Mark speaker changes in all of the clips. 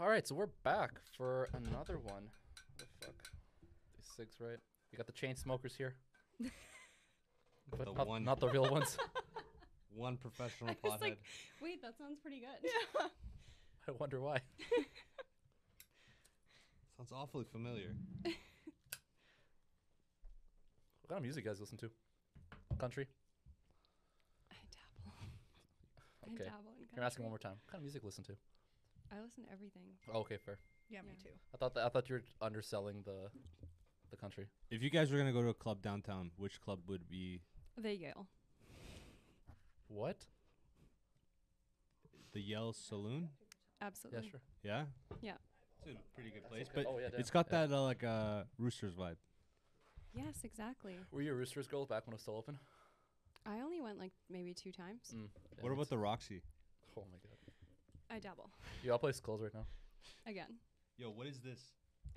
Speaker 1: All right, so we're back for another one. What the fuck? These cigs, right? We got the chain smokers here. but
Speaker 2: The
Speaker 1: not,
Speaker 2: one-
Speaker 1: not the real ones.
Speaker 2: One professional
Speaker 3: I was
Speaker 2: pothead.
Speaker 3: like, wait, that sounds pretty good.
Speaker 1: I wonder why.
Speaker 2: Sounds awfully familiar.
Speaker 1: What kind of music you guys listen to? Country?
Speaker 3: I dabble. I
Speaker 1: Okay.
Speaker 3: dabble in country.
Speaker 1: You're asking one more time. What kind of music you listen to?
Speaker 3: I listen to everything.
Speaker 1: Oh, okay, fair.
Speaker 4: Yeah, me
Speaker 3: Yeah.
Speaker 4: too.
Speaker 1: I thought that, I thought you were underselling the the country.
Speaker 2: If you guys were gonna go to a club downtown, which club would be
Speaker 3: The Yale.
Speaker 1: What?
Speaker 2: the Yell Saloon?
Speaker 1: Yeah,
Speaker 3: Absolutely.
Speaker 1: sure.
Speaker 2: Yeah.
Speaker 3: Yeah.
Speaker 2: It's a pretty good place, but
Speaker 1: Oh, yeah,
Speaker 2: it's
Speaker 1: damn.
Speaker 2: got
Speaker 1: Yeah.
Speaker 2: that uh, like uh, Roosters vibe.
Speaker 3: Yes, exactly.
Speaker 1: Were you a Roosters girl back when it was still open?
Speaker 3: I only went like maybe two times.
Speaker 1: Mm.
Speaker 2: What about the Roxy?
Speaker 1: Oh my god.
Speaker 3: I dabble.
Speaker 1: You all play skulls right now.
Speaker 3: Again.
Speaker 2: Yo, what is this?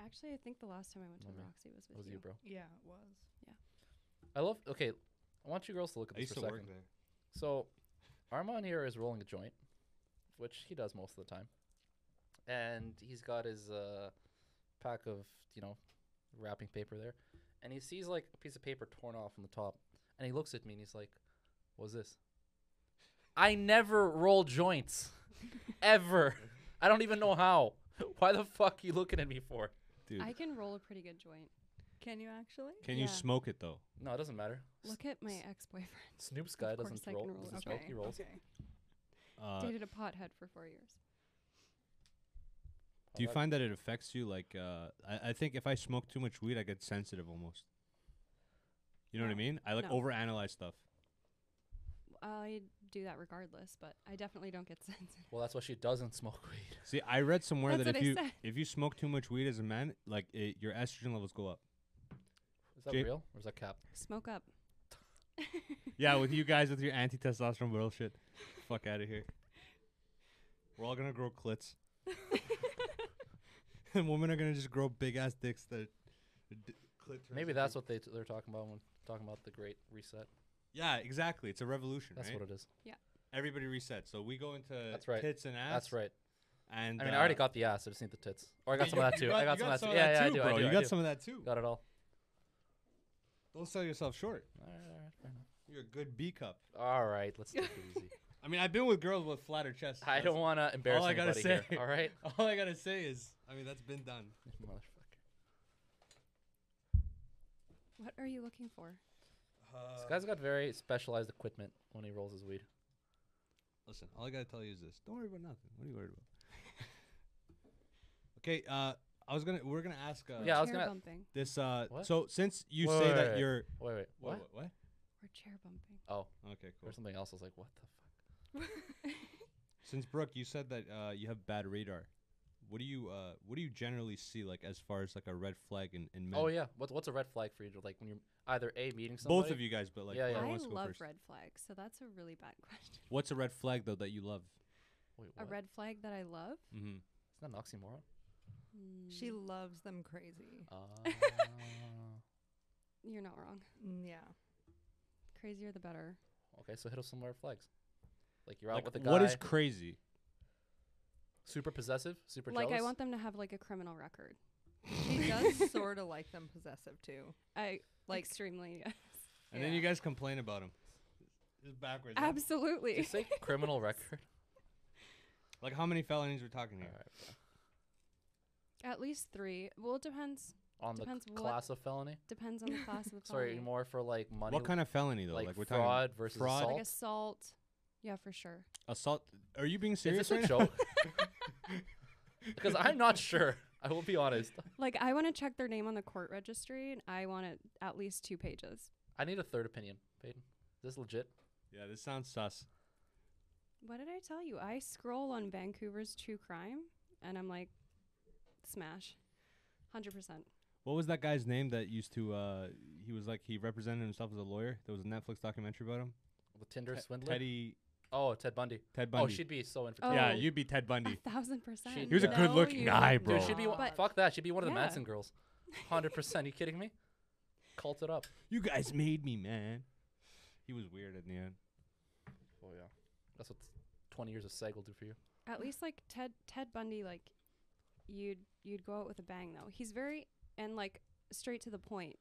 Speaker 3: Actually, I think the last time I went to the
Speaker 1: Remember.
Speaker 3: Roxy was
Speaker 1: That
Speaker 3: with
Speaker 1: was
Speaker 3: you.
Speaker 1: you, bro.
Speaker 4: Yeah, it was.
Speaker 1: I love. Okay, I want you girls to look at
Speaker 2: I
Speaker 1: this
Speaker 2: used
Speaker 1: for
Speaker 2: to
Speaker 1: a second.
Speaker 2: work there.
Speaker 1: So, Armand here is rolling a joint, which he does most of the time, and he's got his uh, pack of you know wrapping paper there, and he sees like a piece of paper torn off on the top, and he looks at me and he's like, "What's this?" I never roll joints, ever. I don't even know how. Why the fuck you looking at me for?
Speaker 2: Dude,
Speaker 3: I can roll a pretty good joint.
Speaker 4: Can you actually?
Speaker 2: can
Speaker 3: yeah.
Speaker 2: you smoke it though?
Speaker 1: No, it doesn't matter.
Speaker 3: Look at my ex-boyfriend.
Speaker 1: Snoop's guy
Speaker 3: Of course
Speaker 1: doesn't
Speaker 3: I
Speaker 1: roll.
Speaker 3: can roll.
Speaker 1: doesn't smoke. He rolls.
Speaker 4: okay.
Speaker 2: Uh,
Speaker 3: Dated a pothead for four years.
Speaker 2: do you
Speaker 1: Alright.
Speaker 2: find that it affects you? Like, uh, I, I think if I smoke too much weed, I get sensitive almost. You know what I
Speaker 3: No.
Speaker 2: mean? I like
Speaker 3: No.
Speaker 2: overanalyze stuff.
Speaker 3: I do that regardless, but I definitely don't get sensitive.
Speaker 1: Well, that's why she doesn't smoke weed.
Speaker 2: See, I read somewhere
Speaker 3: That's
Speaker 2: that if
Speaker 3: what I
Speaker 2: you
Speaker 3: said.
Speaker 2: if you smoke too much weed as a man, like it, your estrogen levels go up.
Speaker 1: Is that
Speaker 2: Jay-
Speaker 1: real or is that cap?
Speaker 3: Smoke up.
Speaker 2: yeah, with you guys with your anti testosterone bullshit, fuck out of here. We're all gonna grow clits, and women are gonna just grow big ass dicks that. D- clit turns
Speaker 1: Maybe
Speaker 2: into-
Speaker 1: that's what they they're talking about when talking about the Great Reset.
Speaker 2: Yeah, exactly. It's a revolution,
Speaker 1: That's
Speaker 2: right?
Speaker 1: what it is.
Speaker 2: Everybody resets. So we go into
Speaker 1: That's right.
Speaker 2: tits and ass.
Speaker 1: That's right.
Speaker 2: And
Speaker 1: I mean,
Speaker 2: uh,
Speaker 1: I already got the ass. I just need the tits. Or I got
Speaker 2: you
Speaker 1: some of that
Speaker 2: you
Speaker 1: too. I got
Speaker 2: you
Speaker 1: some of that
Speaker 2: some
Speaker 1: too.
Speaker 2: of
Speaker 1: Yeah,
Speaker 2: that
Speaker 1: yeah, I
Speaker 2: too,
Speaker 1: do.
Speaker 2: bro.
Speaker 1: I do.
Speaker 2: you
Speaker 1: I
Speaker 2: got
Speaker 1: do.
Speaker 2: some of that too.
Speaker 1: Got it all.
Speaker 2: Don't sell yourself short.
Speaker 1: All right, all right, fair enough.
Speaker 2: You're a good B cup.
Speaker 1: All right, let's take it easy.
Speaker 2: I mean, I've been with girls with flatter chests.
Speaker 1: I
Speaker 2: That's-
Speaker 1: don't want to embarrass
Speaker 2: all I gotta
Speaker 1: anybody here.
Speaker 2: say.
Speaker 1: All right,
Speaker 2: All I gotta say is, I mean, that's been done.
Speaker 1: motherfucker.
Speaker 3: What are you looking for?
Speaker 2: Uh,
Speaker 1: This guy's got very specialized equipment when he rolls his weed.
Speaker 2: Listen, all I gotta tell you is this: don't worry about nothing. What are you worried about? okay, uh, I was gonna, we're gonna ask. Uh,
Speaker 1: Yeah, I was
Speaker 3: chair
Speaker 1: gonna-
Speaker 3: bumping.
Speaker 2: This. Uh,
Speaker 1: What?
Speaker 2: So since you
Speaker 1: Wait,
Speaker 2: say
Speaker 1: wait,
Speaker 2: that
Speaker 1: wait.
Speaker 2: you're.
Speaker 1: Wait, wait, what?
Speaker 2: What? What? what?
Speaker 3: We're chair bumping.
Speaker 1: Oh,
Speaker 2: Okay, cool.
Speaker 1: or something else. I was like, what the fuck?
Speaker 2: Since Brooke, you said that uh, you have bad radar. What do you uh, What do you generally see like as far as like a red flag in, in men?
Speaker 1: Oh yeah, what's what's a red flag for you? to, Like when you're either a meeting somebody.
Speaker 2: Both of you guys, but like,
Speaker 1: Yeah, yeah.
Speaker 2: whoever
Speaker 3: I
Speaker 2: wants to go
Speaker 3: love
Speaker 2: first.
Speaker 3: red flags, so that's a really bad question.
Speaker 2: What's a red flag though that you love?
Speaker 1: Wait,
Speaker 3: A
Speaker 1: what?
Speaker 3: red flag that I love?
Speaker 2: Mm-hmm.
Speaker 1: Is that an oxymoron?
Speaker 4: She loves them crazy.
Speaker 1: Ah.
Speaker 3: You're not wrong.
Speaker 4: Mm, Yeah.
Speaker 3: Crazier the better.
Speaker 1: Okay, so hit us some red flags. Like you're out
Speaker 2: Like,
Speaker 1: with a guy.
Speaker 2: what is crazy?
Speaker 1: super possessive, super
Speaker 3: like
Speaker 1: jealous.
Speaker 3: I want them to have like a criminal record.
Speaker 4: She does sort of like them possessive too.
Speaker 3: I like
Speaker 4: Like-
Speaker 3: extremely yes.
Speaker 2: And then you guys complain about him. It's backwards. huh?
Speaker 1: Did you
Speaker 3: Absolutely.
Speaker 1: say criminal record?
Speaker 2: Like how many felonies we're talking
Speaker 1: All
Speaker 2: here?
Speaker 1: right.
Speaker 3: At least three. Well it depends
Speaker 1: On the
Speaker 3: Depends
Speaker 1: c-
Speaker 3: what
Speaker 1: class of felony.
Speaker 3: depends on the class of the
Speaker 1: Sorry,
Speaker 3: felony.
Speaker 1: more for like money.
Speaker 2: What kind of felony though?
Speaker 1: like
Speaker 2: Like, we're
Speaker 1: fraud
Speaker 2: talking
Speaker 1: versus
Speaker 2: fraud,
Speaker 3: like
Speaker 1: assault?
Speaker 3: assault. Yeah, for sure.
Speaker 2: assault. Are you being
Speaker 1: Is
Speaker 2: serious
Speaker 1: this
Speaker 2: right
Speaker 1: a
Speaker 2: now?
Speaker 1: joke? because I'm not sure. I will be honest.
Speaker 3: Like I want to check their name on the court registry and I want it at least two pages.
Speaker 1: I need a third opinion, Peyton. Is this legit?
Speaker 2: Yeah, this sounds sus.
Speaker 3: What did I tell you? I scroll on Vancouver's true crime and I'm like smash. 100%.
Speaker 2: What was that guy's name that used to? uh He was like he represented himself as a lawyer. There was a Netflix documentary about him.
Speaker 1: The Tinder
Speaker 2: Te-
Speaker 1: swindler.
Speaker 2: Teddy.
Speaker 1: Oh, Ted Bundy.
Speaker 2: Ted
Speaker 1: Oh,
Speaker 2: Bundy.
Speaker 1: she'd be so in for
Speaker 3: Oh.
Speaker 1: Ted.
Speaker 2: Yeah, you'd be Ted
Speaker 3: A
Speaker 2: Bundy.
Speaker 3: thousand percent.
Speaker 2: He was a
Speaker 1: No,
Speaker 2: good looking
Speaker 4: you
Speaker 2: guy,
Speaker 4: wouldn't.
Speaker 2: bro.
Speaker 1: Dude, she'd be one,
Speaker 3: But-
Speaker 1: fuck that. She'd be one of the
Speaker 3: Yeah.
Speaker 1: Manson girls. Hundred percent. You kidding me? Cult it up.
Speaker 2: you guys made me, man. He was weird in the end.
Speaker 1: Oh yeah. That's what twenty years of seg will do for you.
Speaker 3: At least like Ted Ted Bundy like you'd you'd go out with a bang though. He's very and like straight to the point.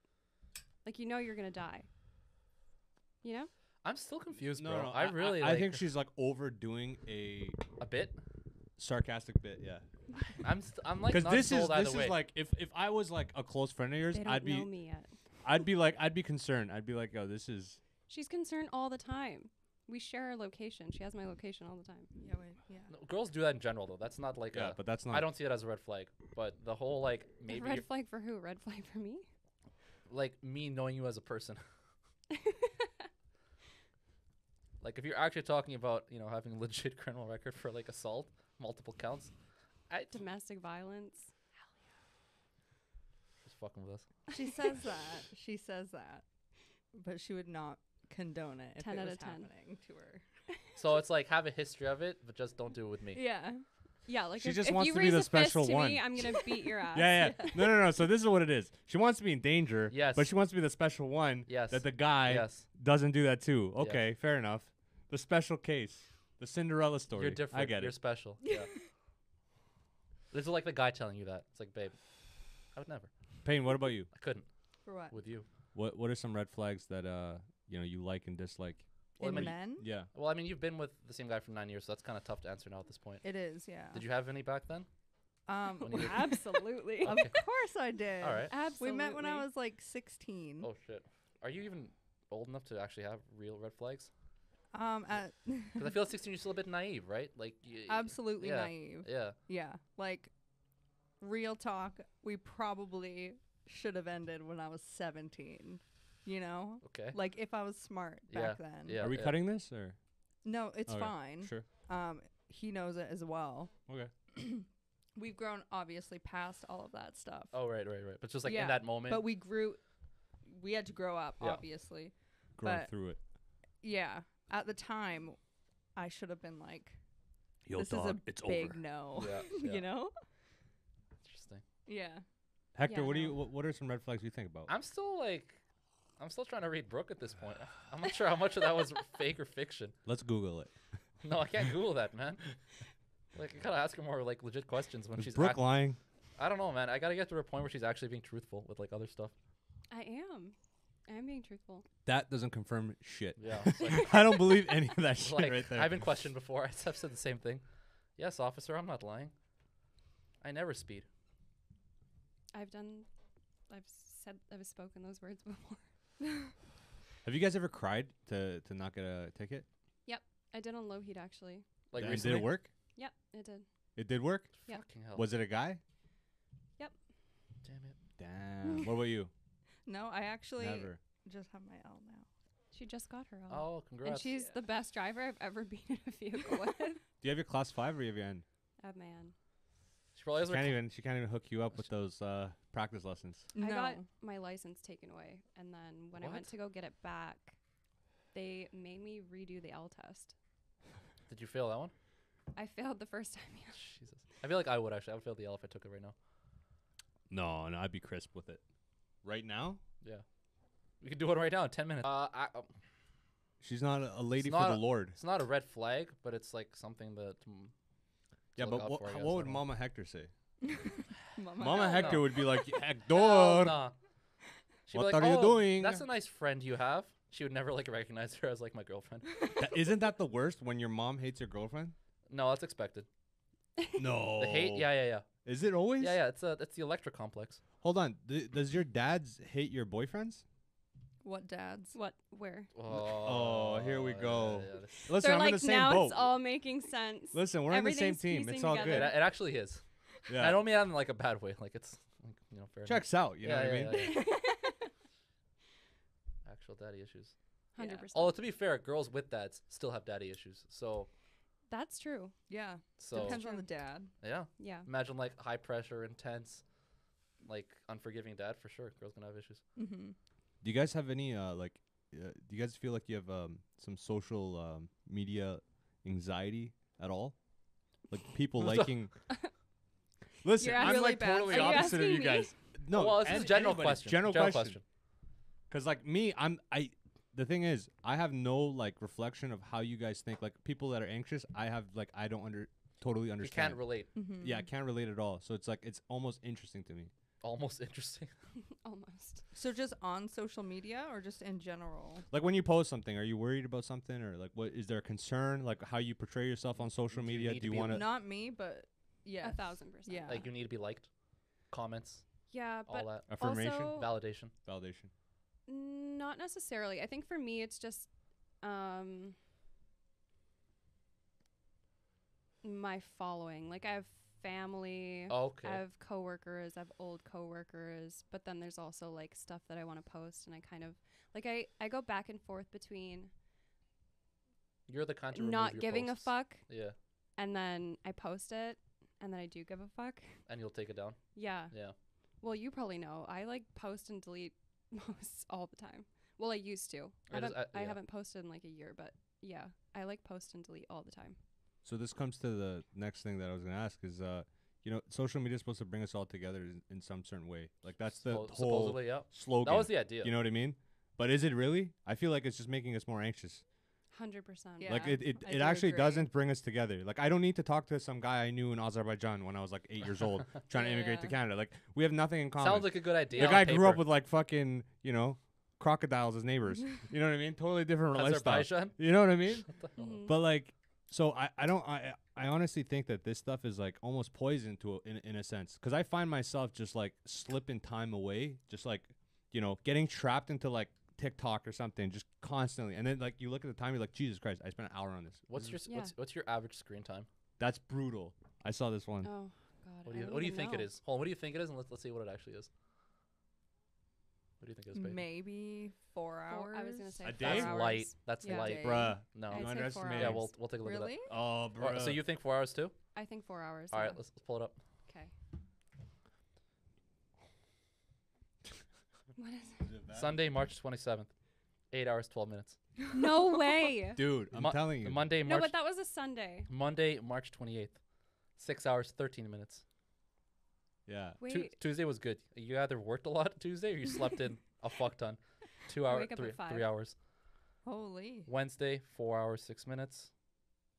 Speaker 3: Like you know you're gonna die. You know?
Speaker 1: I'm still confused,
Speaker 2: no,
Speaker 1: bro.
Speaker 2: no,
Speaker 1: I really
Speaker 2: I,
Speaker 1: like,
Speaker 2: think she's like overdoing a
Speaker 1: a bit.
Speaker 2: sarcastic bit. Yeah,
Speaker 1: I'm st- I'm like
Speaker 2: because
Speaker 1: not
Speaker 2: this
Speaker 1: sold
Speaker 2: is
Speaker 1: either
Speaker 2: this
Speaker 1: way.
Speaker 2: is like if if I was like a close friend of yours,
Speaker 3: They don't
Speaker 2: I'd
Speaker 3: know
Speaker 2: be
Speaker 3: me yet.
Speaker 2: I'd be like I'd be concerned. I'd be like, oh, this is
Speaker 3: She's concerned all the time. We share our location. She has my location all the time.
Speaker 4: Yeah, wait, yeah.
Speaker 1: No, girls do that in general though. That's not like
Speaker 2: yeah,
Speaker 1: a
Speaker 2: but that's not.
Speaker 1: I don't see it as a red flag, but the whole like
Speaker 3: A
Speaker 1: maybe
Speaker 3: red
Speaker 1: you're-
Speaker 3: flag for who? Red flag for me?
Speaker 1: like me knowing you as a person. like if you're actually talking about you know having a legit criminal record for like assault, multiple counts, I d-
Speaker 3: Domestic violence.
Speaker 1: just fucking with us.
Speaker 4: She says that. She says that. But she would not condone it if
Speaker 3: 10
Speaker 4: it
Speaker 3: out
Speaker 4: was
Speaker 3: of 10.
Speaker 4: happening to her.
Speaker 1: So it's like have a history of it, but just don't do it with me.
Speaker 4: Yeah.
Speaker 3: Yeah, like
Speaker 2: She
Speaker 3: if,
Speaker 2: just
Speaker 3: if
Speaker 2: wants
Speaker 3: you
Speaker 2: to be
Speaker 3: raise
Speaker 2: the
Speaker 3: a
Speaker 2: special
Speaker 3: fist to
Speaker 2: one.
Speaker 3: me, I'm gonna beat your ass.
Speaker 2: Yeah, yeah. No, no, no. So this is what it is. She wants to be in danger. But
Speaker 1: Yes.
Speaker 2: she wants to be the special one.
Speaker 1: Yes.
Speaker 2: That the guy
Speaker 1: yes,
Speaker 2: doesn't do that too.
Speaker 1: Yes.
Speaker 2: Okay, fair enough. The special case, the Cinderella story.
Speaker 1: you're different.
Speaker 2: I get
Speaker 1: you're
Speaker 2: it.
Speaker 1: special. Yeah. this is like the guy telling you that. It's like, babe, I would never.
Speaker 2: Payne, what about you?
Speaker 1: I couldn't
Speaker 4: For what?
Speaker 1: with you.
Speaker 2: What What are some red flags that uh you know you like and dislike?
Speaker 1: Well, I
Speaker 4: In
Speaker 1: mean,
Speaker 4: men?
Speaker 3: Mm-hmm.
Speaker 2: Yeah.
Speaker 1: well, I mean, you've been with the same guy for nine years, so that's kind of tough to answer now at this point.
Speaker 4: It is, yeah.
Speaker 1: Did you have any back then?
Speaker 4: um,
Speaker 1: When you were-
Speaker 3: Absolutely.
Speaker 4: of
Speaker 1: Okay.
Speaker 4: course I did.
Speaker 1: All right.
Speaker 3: Absolutely.
Speaker 4: We met when I was like 16.
Speaker 1: Oh shit. Are you even old enough to actually have real red flags?
Speaker 4: Um, at
Speaker 1: Because I feel at 16 you're still a bit naive, right? Like you,
Speaker 4: absolutely
Speaker 1: yeah.
Speaker 4: naive.
Speaker 1: Yeah.
Speaker 4: Yeah. Like, real talk, we probably should have ended when I was 17. You know?
Speaker 1: Okay.
Speaker 4: Like, if I was smart back then.
Speaker 1: Yeah,
Speaker 2: are we
Speaker 1: yeah.
Speaker 2: cutting this or?
Speaker 4: No, it's
Speaker 2: Okay,
Speaker 4: fine.
Speaker 3: Mm-hmm.
Speaker 2: Sure.
Speaker 4: Um, he knows it as well.
Speaker 2: Okay.
Speaker 4: We've grown obviously past all of that stuff.
Speaker 1: Oh right, right, right. But just like
Speaker 4: Yeah,
Speaker 1: in that moment.
Speaker 4: But we grew we had to grow up,
Speaker 1: Yeah.
Speaker 4: obviously.
Speaker 2: Growing
Speaker 4: But-
Speaker 2: through it.
Speaker 4: Yeah. At the time I should have been like
Speaker 2: Yo,
Speaker 4: this is a big no.
Speaker 1: yeah, yeah.
Speaker 4: you know?
Speaker 1: Interesting.
Speaker 4: Yeah.
Speaker 2: Hector,
Speaker 3: Yeah,
Speaker 2: what do you?
Speaker 3: no.
Speaker 2: What, what are some red flags you think about?
Speaker 1: I'm still like, I'm still trying to read Brooke at this point. I'm not sure how much of that was fake or fiction.
Speaker 2: Let's Google it.
Speaker 1: No, I can't Google that, man. Like I gotta ask her more like legit questions when
Speaker 2: Is
Speaker 1: she's.
Speaker 2: Brooke
Speaker 1: act-
Speaker 2: lying?
Speaker 1: I don't know, man. I gotta get to a point where she's actually being truthful with like other stuff.
Speaker 3: I am. I am being truthful.
Speaker 2: That doesn't confirm shit.
Speaker 1: Yeah. it's like-
Speaker 2: I don't believe any of that shit
Speaker 1: like,
Speaker 2: right there.
Speaker 1: I've been questioned before. I've said the same thing. Yes, officer, I'm not lying. I never speed.
Speaker 3: I've done. I've said. I've spoken those words before.
Speaker 2: Have you guys ever cried to to not get a ticket?
Speaker 3: I did on low heat actually.
Speaker 1: Like
Speaker 2: and did
Speaker 1: recently.
Speaker 2: it work?
Speaker 3: Yep, it did.
Speaker 2: It did work.
Speaker 3: Yeah.
Speaker 1: Fucking hell.
Speaker 2: Was it a guy?
Speaker 1: Damn it.
Speaker 2: Damn. what about you?
Speaker 4: No, I actually
Speaker 2: Never.
Speaker 4: just have my L now.
Speaker 3: She just got her own.
Speaker 1: Oh, congrats.
Speaker 3: and she's the best driver I've ever been in a vehicle with.
Speaker 2: Do you have your class five or you have your N?
Speaker 3: Oh man,
Speaker 1: she probably
Speaker 2: She
Speaker 1: has her
Speaker 2: can't
Speaker 1: cl-
Speaker 2: even. She can't even hook you up with those uh, practice lessons.
Speaker 3: I
Speaker 4: no.
Speaker 3: got my license taken away, and then when I went
Speaker 1: What?
Speaker 3: to go get it back, they made me redo the L test.
Speaker 1: Did you fail that one?
Speaker 3: I failed the first time. Yeah.
Speaker 1: Jesus. I feel like I would actually. I would fail the L if I took it right now.
Speaker 2: No, no, I'd be crisp with it. Right now,
Speaker 1: Yeah. We could do one right now in 10 minutes. Uh, I,
Speaker 2: um,
Speaker 1: uh,
Speaker 2: she's not a, a lady for
Speaker 1: not
Speaker 2: the
Speaker 1: a-
Speaker 2: Lord.
Speaker 1: it's not a red flag, but it's like something that. mm, to
Speaker 2: Yeah,
Speaker 1: look
Speaker 2: but
Speaker 1: out
Speaker 2: what,
Speaker 1: for, I
Speaker 2: how-
Speaker 1: guess.
Speaker 2: what
Speaker 1: I
Speaker 2: would
Speaker 1: don't know.
Speaker 2: Mama Hector say?
Speaker 4: Mama.
Speaker 2: Mama
Speaker 1: hell
Speaker 2: Hector
Speaker 1: no.
Speaker 2: would be like,
Speaker 1: Hell
Speaker 2: Hector,
Speaker 1: nah. She'd be
Speaker 2: What
Speaker 1: like,
Speaker 2: are you
Speaker 1: "Oh,
Speaker 2: doing?"
Speaker 1: That's a nice friend you have. She would never like recognize her as like my girlfriend.
Speaker 2: Tha- isn't that the worst when your mom hates your girlfriend?
Speaker 1: No, that's expected.
Speaker 2: no,
Speaker 1: The hate, yeah, yeah, yeah,
Speaker 2: Is it always?
Speaker 1: yeah, yeah. It's a, it's the Electra complex.
Speaker 2: Hold on, Th- does your dad's hate your boyfriends?
Speaker 4: What dads?
Speaker 3: What? Where?
Speaker 1: Oh,
Speaker 2: here we
Speaker 1: yeah,
Speaker 2: go.
Speaker 1: yeah, this-
Speaker 2: Listen,
Speaker 3: They're
Speaker 2: I'm
Speaker 3: like
Speaker 2: in the same
Speaker 3: now
Speaker 2: boat.
Speaker 3: it's all making sense.
Speaker 2: Listen, we're on the same
Speaker 3: everything's
Speaker 2: team. It's
Speaker 3: piecing
Speaker 2: all
Speaker 3: together.
Speaker 1: It,
Speaker 2: good.
Speaker 3: Yeah.
Speaker 1: it actually is.
Speaker 2: Yeah.
Speaker 1: I don't mean that in like a bad way. Like it's, like, you know, fair. enough.
Speaker 2: Checks out. You know
Speaker 1: Yeah,
Speaker 2: what I
Speaker 1: yeah,
Speaker 2: mean?
Speaker 1: yeah, yeah. Actual daddy issues.
Speaker 3: Hundred
Speaker 4: Yeah.
Speaker 3: percent.
Speaker 1: Although to be fair, girls with dads still have daddy issues. So,
Speaker 3: That's true.
Speaker 4: Yeah.
Speaker 1: so
Speaker 4: Depends on the dad.
Speaker 1: yeah.
Speaker 3: Yeah.
Speaker 1: Imagine like high pressure, intense, like unforgiving dad for sure. Girls gonna have issues.
Speaker 4: Mm-hmm.
Speaker 2: Do you guys have any uh, like? Uh, do you guys feel like you have um, some social um, media anxiety at all? Like people
Speaker 1: What the-
Speaker 2: liking. Listen,
Speaker 3: You're
Speaker 2: I'm
Speaker 3: really
Speaker 2: like
Speaker 4: bad.
Speaker 2: totally
Speaker 4: Are you
Speaker 2: opposite of
Speaker 3: asking
Speaker 2: you
Speaker 3: me?
Speaker 2: guys. No,
Speaker 1: well, this is
Speaker 2: an-
Speaker 1: a general
Speaker 2: anybody's
Speaker 1: question.
Speaker 2: General,
Speaker 1: question.
Speaker 2: question. Because like me, I'm I. The thing is, I have no like reflection of how you guys think. Like people that are anxious, I have like I don't under totally
Speaker 1: You
Speaker 2: understand.
Speaker 1: can't relate.
Speaker 4: Mm-hmm.
Speaker 2: yeah, I can't relate at all. So it's like it's almost interesting to me.
Speaker 1: Almost interesting.
Speaker 3: Almost.
Speaker 4: So just on social media or just in general?
Speaker 2: Like when you post something, are you worried about something or like what is there a concern like how you portray yourself on social
Speaker 1: Do you
Speaker 2: media?
Speaker 1: need
Speaker 2: Do
Speaker 1: to
Speaker 2: you
Speaker 1: be
Speaker 2: want to
Speaker 4: Not me, but yeah,
Speaker 3: A thousand percent.
Speaker 4: Yeah.
Speaker 1: Like you need to be liked, comments,
Speaker 3: yeah, but
Speaker 1: all
Speaker 3: oh,
Speaker 1: that
Speaker 2: affirmation,
Speaker 3: also-
Speaker 1: validation.
Speaker 2: validation?
Speaker 3: Not necessarily. I think for me, it's just um, my following. Like I have family,
Speaker 1: Okay.
Speaker 3: I have coworkers, I have old coworkers, but then there's also like stuff that I want to post, and I kind of like I I go back and forth between
Speaker 1: You're the kind to remove
Speaker 3: not
Speaker 1: your
Speaker 3: giving
Speaker 1: posts.
Speaker 3: a fuck,
Speaker 1: Yeah,
Speaker 3: and then I post it, and then I do give a fuck.
Speaker 1: and you'll take it down.
Speaker 3: Yeah.
Speaker 1: Yeah.
Speaker 3: Well, you probably know. I like post and delete posts all the time. Well, I used to. I,
Speaker 1: It is-
Speaker 3: haven't-
Speaker 1: I-
Speaker 3: I
Speaker 1: yeah.
Speaker 3: haven't posted in like a year, but yeah, I like post and delete all the time.
Speaker 2: So this comes to the next thing that I was going to ask is uh you know, social media is supposed to bring us all together in, in some certain way. Like that's the
Speaker 1: Suppo-
Speaker 2: whole
Speaker 1: supposedly, yeah.
Speaker 2: slogan.
Speaker 1: That was the idea.
Speaker 2: You know what I mean? But is it really? I feel like it's just making us more anxious.
Speaker 3: Hundred percent.
Speaker 4: Yeah.
Speaker 1: Uh-huh.
Speaker 2: like it, it,
Speaker 4: I
Speaker 2: it
Speaker 4: do
Speaker 2: actually
Speaker 4: agree.
Speaker 2: doesn't bring us together. Like I don't need to talk to some guy I knew in Azerbaijan when I was like eight years old trying to immigrate to
Speaker 4: Yeah.
Speaker 2: Canada. Like we have nothing in common.
Speaker 1: Sounds like a good idea.
Speaker 2: the
Speaker 1: on
Speaker 2: guy
Speaker 1: paper.
Speaker 2: grew up with like fucking you know crocodiles as neighbors. you know what I mean? Totally different lifestyle.
Speaker 1: Azerbaijan.
Speaker 2: You know what I mean?
Speaker 1: What the hell?
Speaker 3: Mhm.
Speaker 2: But like, so I, I don't I I honestly think that this stuff is like almost poison to a, in in a sense because I find myself just like slipping time away, just like you know getting trapped into like TikTok or something, just constantly. And then like you look at the time, you're like, Jesus Christ, I spent an hour on this.
Speaker 1: What's
Speaker 2: This
Speaker 1: your
Speaker 2: is-
Speaker 1: s
Speaker 3: Yeah.
Speaker 1: what's what's your average screen time?
Speaker 2: That's brutal. I saw this one.
Speaker 3: Oh God.
Speaker 1: What
Speaker 3: I
Speaker 1: do you
Speaker 3: don't
Speaker 1: what do you
Speaker 3: even
Speaker 1: think it
Speaker 3: know.
Speaker 1: is? Hold on, what do you think it is? And let's let's see what it actually is. What do you think it is, Paige?
Speaker 4: Maybe four
Speaker 3: Four-
Speaker 4: hours.
Speaker 3: I was gonna say
Speaker 2: A
Speaker 3: four
Speaker 2: day?
Speaker 1: That's
Speaker 3: hours.
Speaker 1: light. That's
Speaker 3: Yeah.
Speaker 1: light.
Speaker 4: Day.
Speaker 2: Bruh,
Speaker 1: No.
Speaker 3: I'd say
Speaker 2: you
Speaker 3: four
Speaker 2: underestimated.
Speaker 1: Yeah,
Speaker 3: hours.
Speaker 1: we'll we'll take a look at
Speaker 4: Really?
Speaker 2: Oh,
Speaker 1: that. All
Speaker 2: bruh.
Speaker 1: right, so you think four hours too?
Speaker 3: I think four hours.
Speaker 1: All right, let's, let's pull it up.
Speaker 3: Okay. what is it?
Speaker 1: Sunday, March twenty seventh, eight hours twelve minutes.
Speaker 3: No way.
Speaker 2: dude, I'm
Speaker 1: Mo-
Speaker 2: telling you.
Speaker 1: Monday,
Speaker 3: no,
Speaker 1: March
Speaker 3: but that was a Sunday.
Speaker 1: Monday, March twenty eighth, six hours thirteen minutes.
Speaker 2: yeah.
Speaker 3: Wait.
Speaker 1: Tu- Tuesday was good. You either worked a lot Tuesday or you slept in a fuck ton. Two hours,
Speaker 3: wake up at
Speaker 1: three,
Speaker 3: five.
Speaker 1: three hours.
Speaker 4: Holy.
Speaker 1: Wednesday, four hours, six minutes.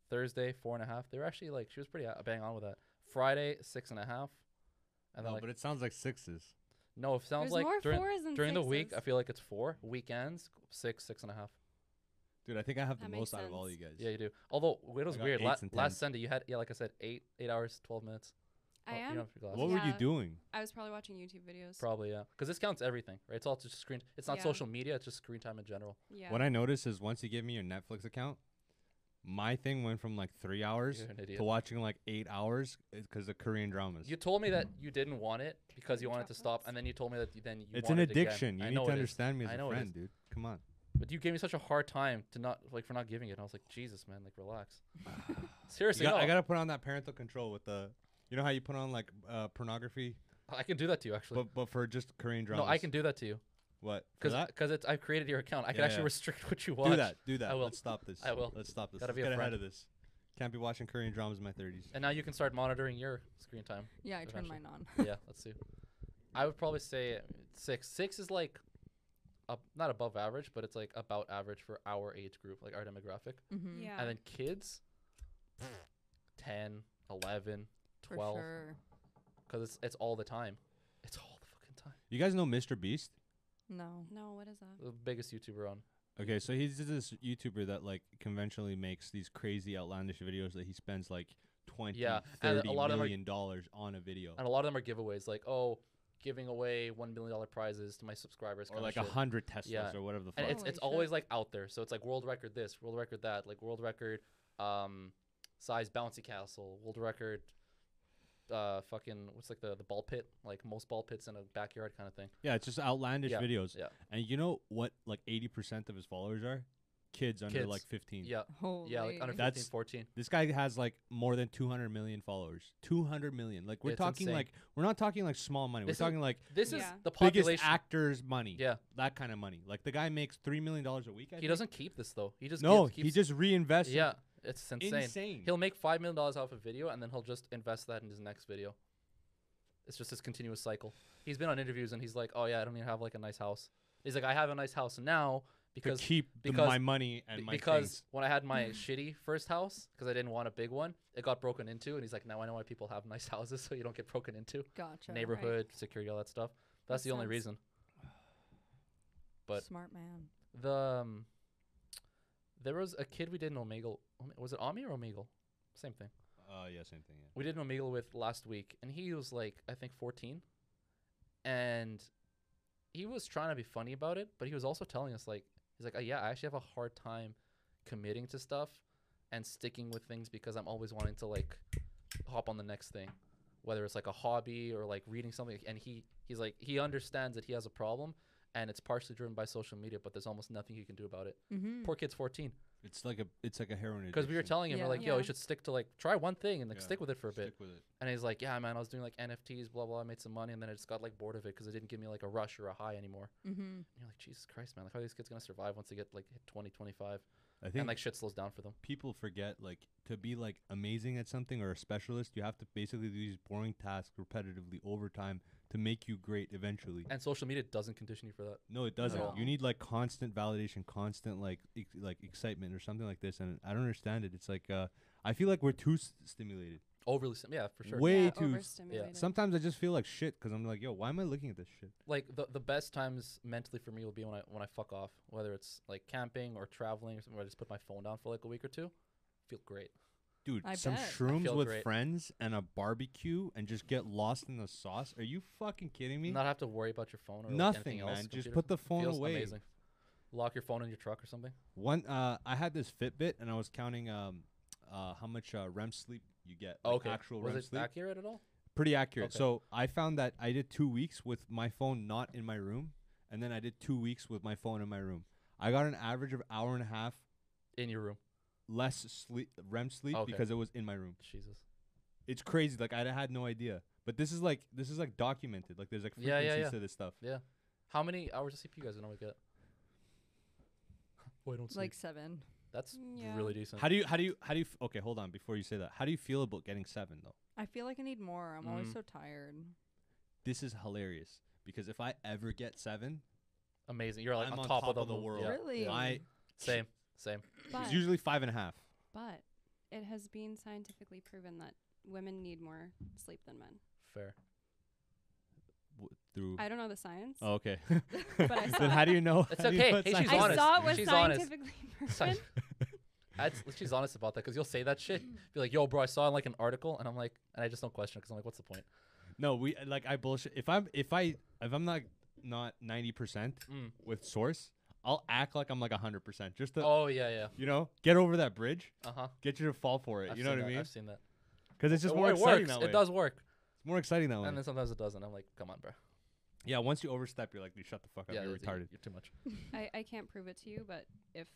Speaker 1: Thursday, four and a half. They were actually like, she was pretty a- bang on with that. Friday, six and a half. And
Speaker 2: No,
Speaker 1: then, like,
Speaker 2: but it sounds like sixes.
Speaker 1: no, it sounds
Speaker 3: There's
Speaker 1: like
Speaker 3: more
Speaker 1: during,
Speaker 3: fours than
Speaker 1: during the week, I
Speaker 3: sixes.
Speaker 1: feel like it's four. Weekends, six, six and a half.
Speaker 2: Dude, I think I have
Speaker 3: That
Speaker 2: the
Speaker 3: makes
Speaker 2: most out of all you
Speaker 3: sense.
Speaker 2: guys.
Speaker 1: Yeah, you do. Although, it was
Speaker 2: got
Speaker 1: weird. La-
Speaker 2: eights and
Speaker 1: last
Speaker 2: tens.
Speaker 1: Sunday, you had, yeah, like I said, eight, eight hours, 12 minutes.
Speaker 3: I
Speaker 1: Oh, You
Speaker 3: am.
Speaker 1: don't have your glasses.
Speaker 2: What were you
Speaker 3: Yeah.
Speaker 2: doing?
Speaker 3: I was probably watching YouTube videos.
Speaker 1: Probably, yeah. Because this counts everything, right? It's all just screen. It's not
Speaker 3: Yeah.
Speaker 1: social media, it's just screen time in general.
Speaker 3: yeah.
Speaker 2: What I noticed is once you give me your Netflix account, my thing went from like three hours
Speaker 1: You're an idiot.
Speaker 2: to watching like eight hours because of Korean dramas.
Speaker 1: You told me that
Speaker 2: Mm-hmm.
Speaker 1: you didn't want it because you wanted to stop,
Speaker 3: Chocolates.
Speaker 1: and then you told me that you, then you.
Speaker 2: it's an
Speaker 1: want it again.
Speaker 2: addiction.
Speaker 1: I
Speaker 2: You
Speaker 1: know
Speaker 2: need
Speaker 1: it
Speaker 2: to
Speaker 1: is,
Speaker 2: understand me as
Speaker 1: I
Speaker 2: a
Speaker 1: know it
Speaker 2: friend,
Speaker 1: is.
Speaker 2: dude. Come on.
Speaker 1: But you gave me such a hard time to not like for not giving it. And I was like, Jesus, man, like relax. Seriously,
Speaker 2: You got-
Speaker 1: no,
Speaker 2: I
Speaker 1: I,
Speaker 2: gotta put on that parental control with the. You know how you put on like uh, pornography,
Speaker 1: can do that to you actually.
Speaker 2: but but for just Korean
Speaker 1: no,
Speaker 2: dramas.
Speaker 1: I can do that to you
Speaker 2: What? For
Speaker 1: because
Speaker 2: that?
Speaker 1: it's I've created your account. I can
Speaker 2: Yeah,
Speaker 1: actually
Speaker 2: yeah.
Speaker 1: restrict what you watch.
Speaker 2: Do that. Do that.
Speaker 1: I will.
Speaker 2: Let's stop this.
Speaker 1: I will.
Speaker 2: Let's stop this.
Speaker 1: Gotta
Speaker 2: Let's
Speaker 1: be a
Speaker 2: get ahead
Speaker 1: friend.
Speaker 2: of this. Can't be watching Korean dramas in my 30s.
Speaker 1: And now you can start monitoring your screen time.
Speaker 4: Yeah, I turned
Speaker 1: Eventually.
Speaker 4: mine on.
Speaker 1: yeah, let's see. I would probably say six. Six is like, up, not above average, but it's like about average for our age group, like our demographic.
Speaker 4: Mm-hmm.
Speaker 3: yeah.
Speaker 1: And then kids, 10, 11,
Speaker 4: For
Speaker 1: 12.
Speaker 4: sure.
Speaker 1: Because it's, it's all the time. It's all the fucking time.
Speaker 2: You guys know Mr. Beast?
Speaker 4: No.
Speaker 3: no, what is that?
Speaker 1: The biggest YouTuber on.
Speaker 2: Okay, so he's just this YouTuber that like conventionally makes these crazy outlandish videos that he spends like twenty,
Speaker 1: Yeah, and a
Speaker 2: 30
Speaker 1: lot of them are-
Speaker 2: million dollars on a video,
Speaker 1: And a lot of them are giveaways, like, oh, giving away $1 million prizes to my subscribers.
Speaker 2: or
Speaker 1: kinda
Speaker 2: like a
Speaker 1: shit.
Speaker 2: hundred Teslas
Speaker 1: Yeah.
Speaker 2: or whatever the fuck.
Speaker 1: And it's,
Speaker 4: Holy
Speaker 1: it's always like out there. So it's like world record this, world record that, like world record um, size bouncy castle, world record uh, fucking, what's like the, the ball pit, like most ball pits in a backyard kind of thing.
Speaker 2: yeah, it's just outlandish
Speaker 1: Yeah,
Speaker 2: videos.
Speaker 1: yeah.
Speaker 2: And you know what? Like eighty percent of his followers are kids under
Speaker 1: Kids.
Speaker 2: like fifteen.
Speaker 1: Yeah.
Speaker 4: Holy.
Speaker 1: Yeah, like under 15,
Speaker 2: That's-
Speaker 1: 14.
Speaker 2: This guy has like more than two hundred million followers. Two hundred million. Like we're
Speaker 1: It's
Speaker 2: talking
Speaker 1: insane.
Speaker 2: like we're not talking like small money.
Speaker 1: This is
Speaker 2: we're talking like
Speaker 1: This is
Speaker 3: Yeah.
Speaker 1: the
Speaker 2: biggest
Speaker 1: population.
Speaker 2: actors' money.
Speaker 1: yeah.
Speaker 2: that kind of money. Like the guy makes three million dollars a week. I
Speaker 1: He
Speaker 2: think?
Speaker 1: doesn't keep this though. He just
Speaker 2: No,
Speaker 1: gives-
Speaker 2: he
Speaker 1: keeps-
Speaker 2: just reinvests.
Speaker 1: yeah. It's insane.
Speaker 2: Insane.
Speaker 1: He'll make five million dollars off a video, and then he'll just invest that in his next video. It's just this continuous cycle. He's been on interviews, and he's like, "Oh yeah, I don't even have like a nice house." He's like, "I have a nice house now because
Speaker 2: to keep the-
Speaker 1: because-
Speaker 2: my money and
Speaker 1: Be-
Speaker 2: my
Speaker 1: because
Speaker 2: things.
Speaker 1: when I had my shitty first house, because I didn't want a big one, it got broken into, and he's like, "Now I know why people have nice houses, so you don't get broken into."
Speaker 4: Gotcha.
Speaker 1: Neighborhood security, all that stuff. That's
Speaker 4: Makes
Speaker 1: the only
Speaker 4: sense.
Speaker 1: reason. but-
Speaker 4: smart man.
Speaker 1: The um, there was a kid we did an Omegle. Ome- Was it Ami or Omegle? Same thing.
Speaker 2: Uh, yeah, same thing. Yeah.
Speaker 1: We did an Omegle with last week, and he was like, I think 14, and he was trying to be funny about it, but he was also telling us like, he's like, oh, yeah, I actually have a hard time committing to stuff and sticking with things because I'm always wanting to like hop on the next thing, whether it's like a hobby or like reading something. And he he's like he understands that he has a problem, and it's partially driven by social media, but there's almost nothing he can do about it.
Speaker 4: Mm-hmm.
Speaker 1: Poor kid's 14.
Speaker 2: It's like a it's like a heroin.
Speaker 1: Because we were
Speaker 2: addiction.
Speaker 1: telling him,
Speaker 4: Yeah.
Speaker 1: we're like, yo,
Speaker 4: Yeah.
Speaker 1: you should stick to like try one thing and like
Speaker 2: Yeah.
Speaker 1: stick with it for a bit.
Speaker 2: Stick with it.
Speaker 1: And he's like, yeah, man, I was doing like NFTs, blah, blah. I made some money and then I just got like bored of it because it didn't give me like a rush or a high anymore.
Speaker 4: Mm-hmm.
Speaker 1: And you're like, Jesus Christ, man. Like, how are these kids going to survive once they get like hit 20, 25?
Speaker 2: I think
Speaker 1: And like shit slows down for them.
Speaker 2: people forget like to be like amazing at something or a specialist, you have to basically do these boring tasks repetitively over time to make you great eventually.
Speaker 1: And social media doesn't condition you for that.
Speaker 2: No, it doesn't.
Speaker 4: No.
Speaker 2: You need like constant validation, constant like ex- like excitement or something like this. And I don't understand it. It's like uh, I feel like we're too s- stimulated.
Speaker 1: Overly, sim- yeah, for sure.
Speaker 2: Way
Speaker 3: yeah,
Speaker 2: too. s-
Speaker 3: overstimulated.
Speaker 2: Sometimes I just feel like shit because I'm like, yo, why am I looking at this shit?
Speaker 1: Like the, the best times mentally for me will be when I when I fuck off, whether it's like camping or traveling or something. Where I just put my phone down for like a week or two, feel great.
Speaker 2: Dude,
Speaker 4: I
Speaker 2: some
Speaker 4: bet. I
Speaker 2: shrooms
Speaker 1: feel
Speaker 2: with
Speaker 1: great.
Speaker 2: friends and a barbecue and just get lost in the sauce. Are you fucking kidding me?
Speaker 1: Not have to worry about your phone or like,
Speaker 2: Nothing,
Speaker 1: anything else.
Speaker 2: man. Just
Speaker 1: computer.
Speaker 2: put the phone
Speaker 1: Feels
Speaker 2: away.
Speaker 1: Amazing. Lock your phone in your truck or something.
Speaker 2: One, uh, I had this Fitbit and I was counting um, uh, how much uh, REM sleep you get. like
Speaker 1: okay.
Speaker 2: Actual
Speaker 1: Was
Speaker 2: REM
Speaker 1: it
Speaker 2: sleep.
Speaker 1: accurate at all?
Speaker 2: Pretty accurate.
Speaker 1: Okay.
Speaker 2: So I found that I did two weeks with my phone not in my room, and then I did two weeks with my phone in my room. I got an average of hour and a half
Speaker 1: In your room.
Speaker 2: less sleep REM sleep
Speaker 1: Okay.
Speaker 2: because it was in my room.
Speaker 1: Jesus.
Speaker 2: It's crazy. Like I had no idea. But this is like this is like documented. Like there's like
Speaker 1: Yeah, yeah,
Speaker 2: frequencies
Speaker 1: yeah.
Speaker 2: to this stuff.
Speaker 1: How many hours of sleep you guys normally get? Boy, don't
Speaker 4: Like seven.
Speaker 1: That's
Speaker 3: Yeah.
Speaker 1: really decent.
Speaker 2: How do you how do you how do you f- okay? Hold on before you say that. How do you feel about getting seven though?
Speaker 4: I feel like I need more. I'm always
Speaker 1: Mm.
Speaker 4: so tired.
Speaker 2: This is hilarious because if I ever get seven,
Speaker 1: Amazing. You're like
Speaker 2: I'm
Speaker 1: on,
Speaker 2: on
Speaker 1: top,
Speaker 2: top
Speaker 1: of,
Speaker 2: of the
Speaker 1: mo-
Speaker 2: world.
Speaker 1: yeah.
Speaker 4: Really?
Speaker 2: I
Speaker 1: Same. Same.
Speaker 3: but,
Speaker 2: it's usually five and a half.
Speaker 3: but it has been scientifically proven that women need more sleep than men.
Speaker 1: Fair.
Speaker 2: W- through
Speaker 3: I don't know the science.
Speaker 2: Oh, okay.
Speaker 3: But I saw
Speaker 2: then how do you know?
Speaker 1: It's
Speaker 2: how do you
Speaker 1: okay.
Speaker 2: know it's
Speaker 1: Hey, she's
Speaker 2: science?
Speaker 3: I
Speaker 1: honest.
Speaker 3: saw it was
Speaker 1: She's honest.
Speaker 3: scientifically
Speaker 1: Sci-
Speaker 3: proven.
Speaker 1: That's, she's honest about that because you'll say that shit. Be like, yo, bro, I saw like an article, and I'm like, and I just don't question because I'm like, what's the point?
Speaker 2: No, we like I bullshit. If I'm if I if I'm not not ninety percent
Speaker 1: Mm.
Speaker 2: with source, I'll act like I'm like hundred percent. Just to
Speaker 1: Oh yeah, yeah.
Speaker 2: you know, get over that bridge,
Speaker 1: Uh huh.
Speaker 2: get you to fall for it. you know what I mean?
Speaker 1: I've seen that.
Speaker 2: Because it's just
Speaker 1: it,
Speaker 2: more
Speaker 1: it
Speaker 2: exciting
Speaker 1: works.
Speaker 2: that way.
Speaker 1: It does work.
Speaker 2: It's more exciting that way.
Speaker 1: And then sometimes it doesn't. I'm like, come on, bro.
Speaker 2: yeah, once you overstep, you're like, dude, shut the fuck up.
Speaker 1: yeah,
Speaker 2: you're
Speaker 1: that's-
Speaker 2: retarded.
Speaker 1: You're too much.
Speaker 3: I, I can't prove it to you, but if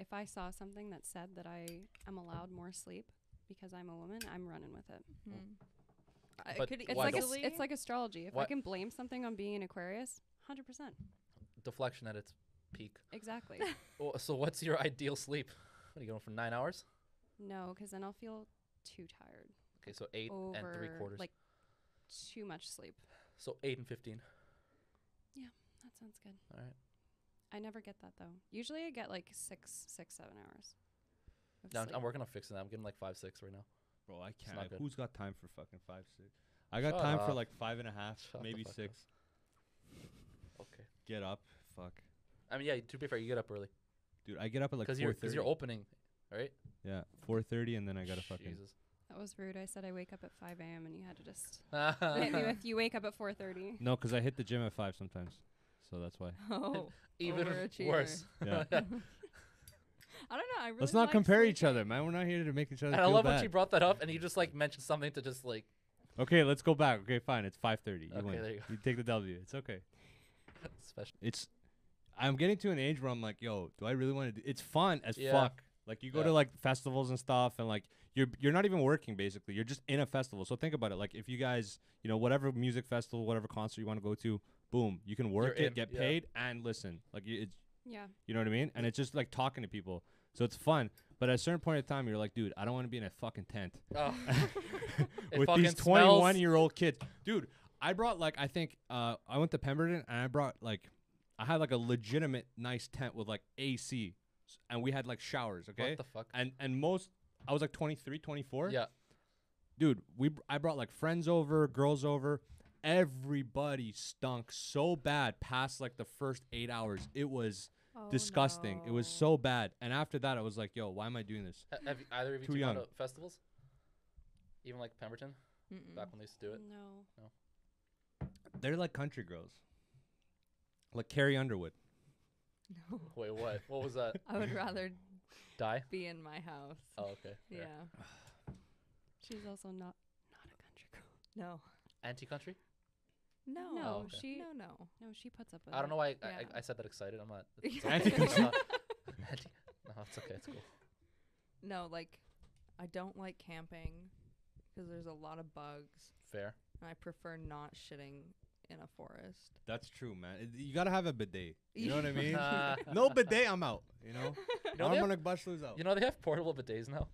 Speaker 3: if I saw something that said that I am allowed more sleep because I'm a woman, I'm running with it.
Speaker 4: Mm. I
Speaker 1: But
Speaker 4: could
Speaker 1: It's
Speaker 3: It's
Speaker 1: Why
Speaker 3: like as-
Speaker 1: don't-
Speaker 4: easily-
Speaker 3: it's like astrology. If I
Speaker 1: Why-
Speaker 3: can blame something on being an Aquarius, hundred percent,
Speaker 1: Deflection at its peak.
Speaker 3: exactly.
Speaker 1: Oh, so what's your ideal sleep? What are you going for? Nine hours?
Speaker 3: no, because then I'll feel too tired
Speaker 1: Okay, so eight
Speaker 3: over
Speaker 1: and three quarters.
Speaker 3: like too much sleep.
Speaker 1: so eight and fifteen.
Speaker 3: That sounds good.
Speaker 1: All right.
Speaker 3: I never get that though. Usually I get like six, six, seven hours. of
Speaker 1: No, I'm-
Speaker 3: sleep.
Speaker 1: I'm working on fixing that. I'm getting like five, six right now.
Speaker 2: Bro, I can't.
Speaker 1: not good.
Speaker 2: who's got time for fucking five, six? I got
Speaker 1: Shut
Speaker 2: time for
Speaker 1: up.
Speaker 2: like five and a half,
Speaker 1: Shut the
Speaker 2: maybe
Speaker 1: fuck up.
Speaker 2: six.
Speaker 1: Okay.
Speaker 2: Get up, fuck,
Speaker 1: I mean, yeah. To be fair, you get up early
Speaker 2: dude. I get up at like
Speaker 1: because
Speaker 2: four
Speaker 1: you're because
Speaker 2: thirty.
Speaker 1: you're opening, right?
Speaker 2: yeah, four thirty, and then I gotta fucking.
Speaker 1: Jesus.
Speaker 3: that was rude. I said I wake up at five a.m. and you had to just hit me
Speaker 1: Even
Speaker 3: with you wake up at four thirty.
Speaker 2: No, because I hit the gym at five sometimes, so that's why.
Speaker 4: oh, Overachiever.
Speaker 1: worse.
Speaker 2: Yeah.
Speaker 1: and
Speaker 4: I don't know. I really
Speaker 2: Let's not
Speaker 4: like
Speaker 2: compare
Speaker 4: sleep.
Speaker 2: each other, man. We're not here to make each other
Speaker 1: I
Speaker 2: feel
Speaker 1: love when
Speaker 2: bad.
Speaker 1: she brought that up, and you just like mentioned something to just like
Speaker 2: okay, let's go back. Okay, fine. It's five thirty. You
Speaker 1: Okay,
Speaker 2: win.
Speaker 1: there you go.
Speaker 2: You take the W. It's okay.
Speaker 1: special.
Speaker 2: It's. I'm getting to an age where I'm like, yo, do I really want to? do It's fun as
Speaker 1: Yeah.
Speaker 2: fuck. Like you go
Speaker 1: Yeah.
Speaker 2: to like festivals and stuff, and like you're you're not even working basically. You're just in a festival. So think about it. Like if you guys, you know, whatever music festival, whatever concert you want to go to, boom, you can work
Speaker 1: You're
Speaker 2: it,
Speaker 1: in,
Speaker 2: get
Speaker 1: yeah.
Speaker 2: paid, and listen. Like you, it's
Speaker 3: Yeah,
Speaker 2: You know what I mean? And it's just like talking to people. So it's fun. But at a certain point in time, you're like, dude, I don't want to be in a fucking tent
Speaker 1: Oh, It
Speaker 2: with
Speaker 1: fucking
Speaker 2: these 21
Speaker 1: smells.
Speaker 2: year old kids. Dude, I brought like, I think, uh, I went to Pemberton and I brought like, I had like a legitimate nice tent with like AC, s- and we had like showers. Okay.
Speaker 1: What the fuck?
Speaker 2: and and most I was like 23, 24.
Speaker 1: Yeah.
Speaker 2: Dude, we br- I brought like friends over, girls over. Everybody stunk so bad past like the first 8 hours. It was
Speaker 3: Oh,
Speaker 2: disgusting. It was
Speaker 3: no.
Speaker 2: so bad. And after that I was like, yo, why am I doing this?
Speaker 1: Ha- Have you- either of you
Speaker 2: Too
Speaker 1: two gone
Speaker 2: young.
Speaker 1: to festivals? Even like Pemberton,
Speaker 4: Mm-mm.
Speaker 1: back when they used to do it.
Speaker 3: No.
Speaker 2: They're like country girls. Like Carrie Underwood.
Speaker 4: No.
Speaker 1: Wait, what? What was that?
Speaker 4: I would rather
Speaker 1: Die?
Speaker 4: be in my house.
Speaker 1: Oh, okay. fair.
Speaker 4: Yeah.
Speaker 3: She's also not not a country girl.
Speaker 4: No.
Speaker 1: Anti-country?
Speaker 4: No.
Speaker 3: No,
Speaker 1: okay.
Speaker 3: she
Speaker 4: No. No.
Speaker 3: no, she puts up with
Speaker 1: I don't know why I, I-
Speaker 4: Yeah.
Speaker 1: I, I said that excited. I'm not. it's okay.
Speaker 2: Anti-country.
Speaker 1: It's not- anti- no, it's okay. It's cool.
Speaker 4: No. Like, I don't like camping because there's a lot of bugs,
Speaker 1: Fair.
Speaker 4: and I prefer not shitting in a forest.
Speaker 2: That's true, man. It- You got to have a bidet. You know what I mean?
Speaker 1: Uh,
Speaker 2: no bidet, I'm out, you know?
Speaker 1: You know,
Speaker 2: I'm
Speaker 1: they have,
Speaker 2: gonna bust loose out.
Speaker 1: you know they have portable bidets now.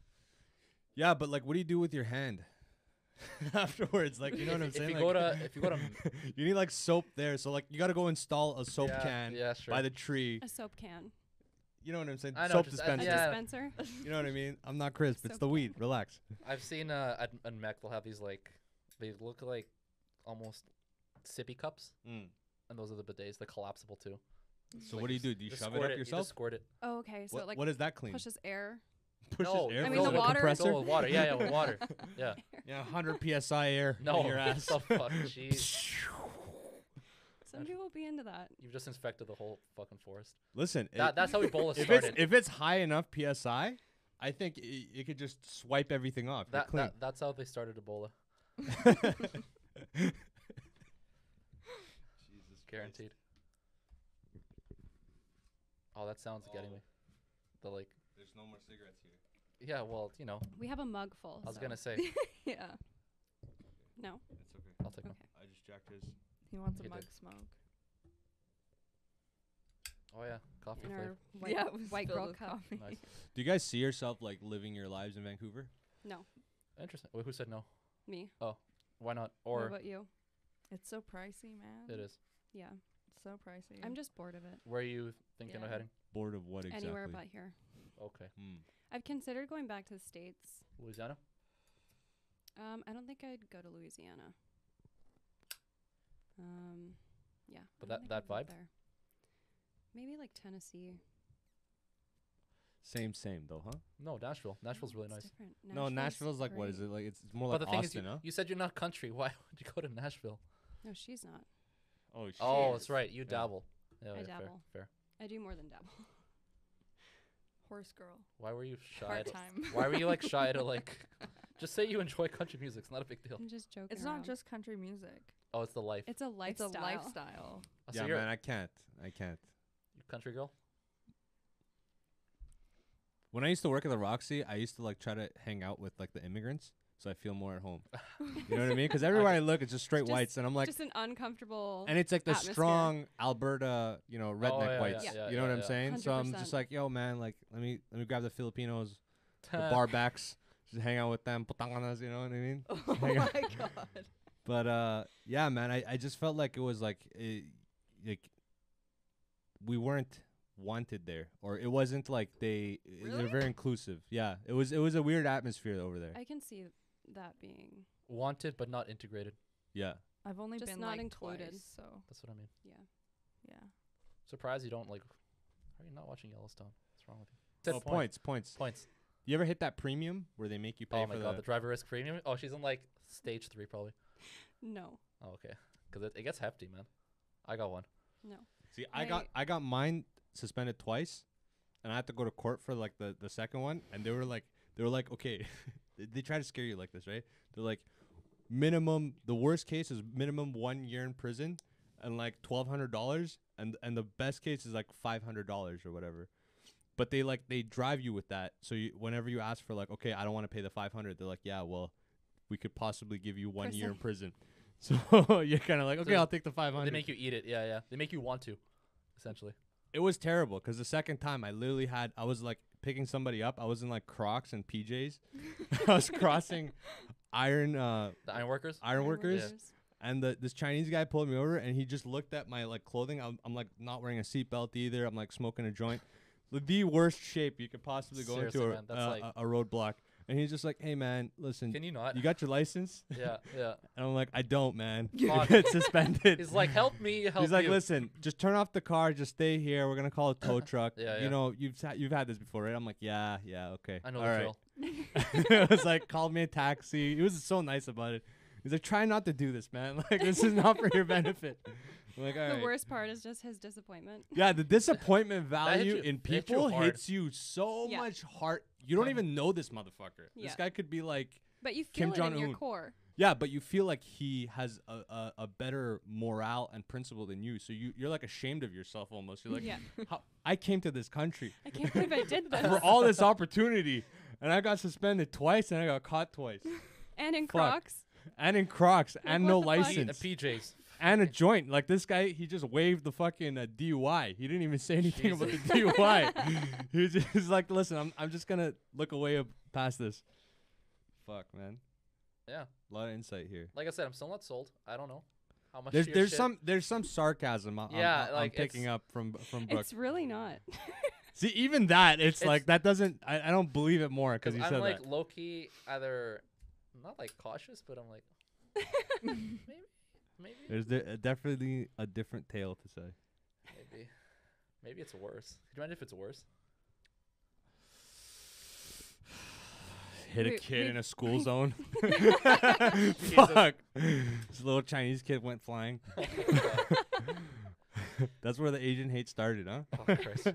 Speaker 2: Yeah, but like, what do you do with your hand afterwards? Like, you know what I'm
Speaker 1: if
Speaker 2: saying?
Speaker 1: you
Speaker 2: Like,
Speaker 1: go to if you go to
Speaker 2: you need like soap there, so like, you gotta go install a soap
Speaker 1: yeah,
Speaker 2: can
Speaker 1: yeah, sure.
Speaker 2: by the tree.
Speaker 3: a soap can.
Speaker 2: You know what I'm saying?
Speaker 1: I know,
Speaker 2: soap
Speaker 1: just- I-
Speaker 3: A
Speaker 2: dispenser.
Speaker 1: yeah.
Speaker 3: dispenser.
Speaker 2: You know what I mean? I'm not crisp. It's
Speaker 3: Soap
Speaker 2: the
Speaker 3: can.
Speaker 2: weed. Relax.
Speaker 1: I've seen uh, at, at Mech they'll have these like they look like almost sippy cups, and those are the bidets, the collapsible too.
Speaker 2: So
Speaker 1: Mm. Like,
Speaker 2: what do you
Speaker 1: just-
Speaker 2: do? Do you
Speaker 1: just
Speaker 2: shove it
Speaker 1: squirt
Speaker 2: up
Speaker 1: You
Speaker 2: yourself?
Speaker 1: just squirt it.
Speaker 3: Oh, okay. So
Speaker 2: what,
Speaker 3: it like
Speaker 2: what does that clean?
Speaker 3: pushes air.
Speaker 2: Pushes
Speaker 1: No,
Speaker 2: air.
Speaker 1: I mean,
Speaker 2: through
Speaker 1: the
Speaker 2: a
Speaker 3: water-
Speaker 1: It's all
Speaker 2: Compressor?
Speaker 1: with water. Yeah, yeah, with water. Yeah.
Speaker 2: Yeah, 100 psi air. in
Speaker 1: No.
Speaker 2: your ass.
Speaker 1: the fuck, jeez.
Speaker 3: Some people be into that.
Speaker 1: You've just inspected the whole fucking forest.
Speaker 2: Listen, it-
Speaker 1: That, that's how Ebola
Speaker 2: if it's
Speaker 1: started.
Speaker 2: if it's high enough psi, I think it, it could just swipe everything off. You're
Speaker 1: that,
Speaker 2: clean.
Speaker 1: that, that's how they started Ebola,
Speaker 2: Jesus
Speaker 1: guaranteed. Oh, that sounds getting
Speaker 2: Oh.
Speaker 1: me. The like,
Speaker 2: There's no more cigarettes here.
Speaker 1: yeah, well, you know,
Speaker 3: We have a mug full.
Speaker 1: I was
Speaker 3: so-
Speaker 1: gonna say,
Speaker 4: yeah.
Speaker 3: No.
Speaker 2: It's okay.
Speaker 1: I'll take one.
Speaker 3: Okay.
Speaker 2: I just jacked his.
Speaker 4: He wants a
Speaker 1: You
Speaker 4: mug
Speaker 1: did.
Speaker 4: smoke.
Speaker 1: Oh yeah, coffee
Speaker 3: In
Speaker 1: flavor.
Speaker 3: our white,
Speaker 4: yeah. it was
Speaker 3: white
Speaker 4: filled
Speaker 3: girl
Speaker 4: with
Speaker 3: cup.
Speaker 4: coffee.
Speaker 1: Nice,
Speaker 2: Do you guys see yourself like living your lives in Vancouver?
Speaker 3: No,
Speaker 1: interesting. Wait, who said no?
Speaker 3: me.
Speaker 1: Why not?
Speaker 3: What
Speaker 1: Or
Speaker 3: about you?
Speaker 4: It's so pricey, man.
Speaker 1: it is.
Speaker 3: Yeah.
Speaker 4: It's so pricey.
Speaker 3: I'm just bored of it.
Speaker 1: Where are you thinking of
Speaker 4: Yeah.
Speaker 1: heading?
Speaker 2: Bored of what exactly?
Speaker 3: Anywhere but here.
Speaker 1: Okay,
Speaker 2: Hmm.
Speaker 3: I've considered going back to the States.
Speaker 1: Louisiana.
Speaker 3: Um, I don't think I'd go to Louisiana. Um, yeah.
Speaker 1: But
Speaker 3: I don't
Speaker 1: that-
Speaker 3: think
Speaker 1: that
Speaker 3: I'd live
Speaker 1: vibe?
Speaker 3: there. Maybe like Tennessee.
Speaker 2: Same, same though, huh?
Speaker 1: No, Nashville. Nashville's really
Speaker 3: it's
Speaker 1: nice.
Speaker 3: different.
Speaker 2: no, Nashville's like what is
Speaker 3: great.
Speaker 2: it like? It's, it's more
Speaker 1: But
Speaker 2: like
Speaker 1: the thing
Speaker 2: Austin,
Speaker 1: is, you,
Speaker 2: huh?
Speaker 1: you said you're not country. Why would you go to Nashville?
Speaker 3: No, she's not.
Speaker 2: Oh, shit.
Speaker 1: Oh,
Speaker 4: is.
Speaker 1: that's right. You
Speaker 2: Yeah.
Speaker 1: dabble. Yeah,
Speaker 3: I
Speaker 1: yeah,
Speaker 3: dabble.
Speaker 1: Fair, fair.
Speaker 3: I do more than dabble.
Speaker 4: horse girl.
Speaker 1: Why were you shy?
Speaker 4: Part
Speaker 1: To,
Speaker 4: time.
Speaker 1: why were you like shy to like? Just say you enjoy country music. It's not a big deal.
Speaker 3: I'm just joking.
Speaker 4: It's
Speaker 3: around.
Speaker 4: not just country music.
Speaker 1: Oh, it's the life.
Speaker 3: It's a lifestyle.
Speaker 4: It's a lifestyle.
Speaker 1: Oh, so
Speaker 2: yeah,
Speaker 1: you're
Speaker 2: man, I can't, I can't.
Speaker 1: you country girl.
Speaker 2: When I used to work at the Roxy, I used to like try to hang out with like the immigrants, so I feel more at home. you know what I mean? Because everywhere I, look, it's just straight
Speaker 3: Just-
Speaker 2: whites, and I'm like,
Speaker 3: just an uncomfortable.
Speaker 2: and it's like the
Speaker 3: atmosphere.
Speaker 2: strong Alberta, you know, redneck
Speaker 1: Oh, yeah,
Speaker 2: whites.
Speaker 1: yeah, yeah,
Speaker 2: you know what
Speaker 1: yeah,
Speaker 2: I'm
Speaker 1: yeah.
Speaker 2: saying? So I'm just
Speaker 3: 100%.
Speaker 2: like, yo, man, like let me let me grab the Filipinos, the barbacks, just hang out with them, putanganas, you know what I mean?
Speaker 4: Oh
Speaker 2: Hang on.
Speaker 4: my god.
Speaker 2: But uh, yeah, man, I, I just felt like it was like it, like we weren't wanted there, or it wasn't like they they're
Speaker 4: Really?
Speaker 2: very inclusive. Yeah, it was it was a weird atmosphere over there.
Speaker 3: I can see that being.
Speaker 1: wanted but not integrated.
Speaker 2: yeah,
Speaker 4: I've only
Speaker 3: Just
Speaker 4: been
Speaker 3: not
Speaker 4: like
Speaker 3: included.
Speaker 4: twice, so
Speaker 1: That's what I mean.
Speaker 3: Yeah.
Speaker 4: yeah.
Speaker 1: Surprised you don't like. Are you not watching Yellowstone? What's wrong with you?
Speaker 2: oh,
Speaker 1: Said point.
Speaker 2: points, points.
Speaker 1: Points.
Speaker 2: You ever hit that premium where they make you pay
Speaker 1: Oh
Speaker 2: for
Speaker 1: my god, the
Speaker 2: the?
Speaker 1: driver risk premium. Oh, she's in like stage three probably.
Speaker 3: No.
Speaker 1: Oh, okay. Because it, it gets hefty, man. I got one.
Speaker 3: No.
Speaker 2: See, I got I got mine suspended twice, and I had to go to court for like the the second one, and they were like they were like okay, they, they try to scare you like this, right? They're like minimum the worst case is minimum one year in prison and like twelve hundred dollars, and and the best case is like five hundred dollars or whatever. But they like they drive you with that, so you, whenever you ask for like okay, I don't want to pay the five hundred, they're like yeah, well, we could possibly give you one year in prison. So you're kind of like okay,
Speaker 1: So
Speaker 2: I'll take the five
Speaker 1: They
Speaker 2: hundred
Speaker 1: make you eat it. Yeah, yeah. They make you want to, essentially.
Speaker 2: it was terrible because the second time I literally had I was like picking somebody up. I was in like Crocs and PJs. I was crossing iron uh
Speaker 1: The iron workers.
Speaker 2: iron workers,
Speaker 3: Ironworkers.
Speaker 2: And the, this Chinese guy pulled me over, and he just looked at my like clothing. I'm, I'm like not wearing a seatbelt either. I'm like smoking a joint, the, the worst shape you could possibly go
Speaker 1: Seriously,
Speaker 2: into a,
Speaker 1: man, that's
Speaker 2: a-
Speaker 1: like-
Speaker 2: a, a roadblock. And he's just like, "Hey man, listen,
Speaker 1: Can you not?
Speaker 2: you got your license?"
Speaker 1: yeah, yeah.
Speaker 2: And I'm like, "I don't, man. You
Speaker 1: Fuck.
Speaker 2: get suspended."
Speaker 1: He's like, help me, help
Speaker 2: He's like,
Speaker 1: you."
Speaker 2: listen, just turn off the car, just stay here. We're gonna call a tow truck.
Speaker 1: Yeah,
Speaker 2: you
Speaker 1: yeah.
Speaker 2: know, you've ha- you've had this before, right? I'm like, yeah, yeah, okay.
Speaker 1: I know
Speaker 2: all
Speaker 1: the
Speaker 2: right."
Speaker 1: drill.
Speaker 2: it was like, called me a taxi. He was so nice about it. He's like, try not to do this, man. Like, this is not for your benefit. I'm like, all
Speaker 3: the
Speaker 2: right.
Speaker 3: worst part is just his disappointment.
Speaker 2: Yeah, the disappointment value
Speaker 1: you-
Speaker 2: in
Speaker 1: that hit you
Speaker 2: people
Speaker 1: hard.
Speaker 2: hits you so
Speaker 3: Yeah.
Speaker 2: much hard. You don't even know this motherfucker. This
Speaker 3: Yeah.
Speaker 2: guy could be like,
Speaker 3: But you
Speaker 2: Kim
Speaker 3: feel it in your
Speaker 2: Jong-un.
Speaker 3: core.
Speaker 2: yeah, but you feel like he has a, a, a better morale and principle than you. So you, you're like ashamed of yourself almost. You're like,
Speaker 3: Yeah.
Speaker 2: How, I came to this country
Speaker 3: I can't believe I did this.
Speaker 2: for all this opportunity, and I got suspended twice, and I got caught twice,
Speaker 3: and in
Speaker 2: fuck.
Speaker 3: Crocs.
Speaker 2: and in Crocs, and
Speaker 3: what
Speaker 2: no
Speaker 3: the fuck?
Speaker 1: P-
Speaker 2: license,
Speaker 1: the PJs.
Speaker 2: and a joint. Like this guy, he just waived the fucking uh, DUI. He didn't even say anything about the DUI. he was just like, "Listen, I'm I'm just gonna look away ab- past this." Fuck, man.
Speaker 1: Yeah.
Speaker 2: A lot of insight here.
Speaker 1: Like I said, I'm still not sold. I don't know how much.
Speaker 2: There's
Speaker 1: your
Speaker 2: there's
Speaker 1: shit-
Speaker 2: some there's some sarcasm. I- I'm,
Speaker 1: Yeah,
Speaker 2: I'm,
Speaker 1: like,
Speaker 2: I'm picking
Speaker 1: it's-
Speaker 2: up from from Brooke.
Speaker 3: It's really not.
Speaker 2: See, even that, it's,
Speaker 1: It's-
Speaker 2: like that doesn't. I, I don't believe it more because
Speaker 1: Because
Speaker 2: you
Speaker 1: I'm
Speaker 2: said
Speaker 1: like
Speaker 2: that.
Speaker 1: low key, either not like cautious, but I'm like, maybe, maybe,
Speaker 2: There's de- uh, definitely a different tale to say.
Speaker 1: maybe, maybe it's worse. Could you imagine if it's worse?
Speaker 2: Hit a
Speaker 3: We-
Speaker 2: kid
Speaker 3: we-
Speaker 2: in a school zone. Fuck. This little Chinese kid went flying. That's where the Asian hate started, huh?
Speaker 1: Oh, Christ.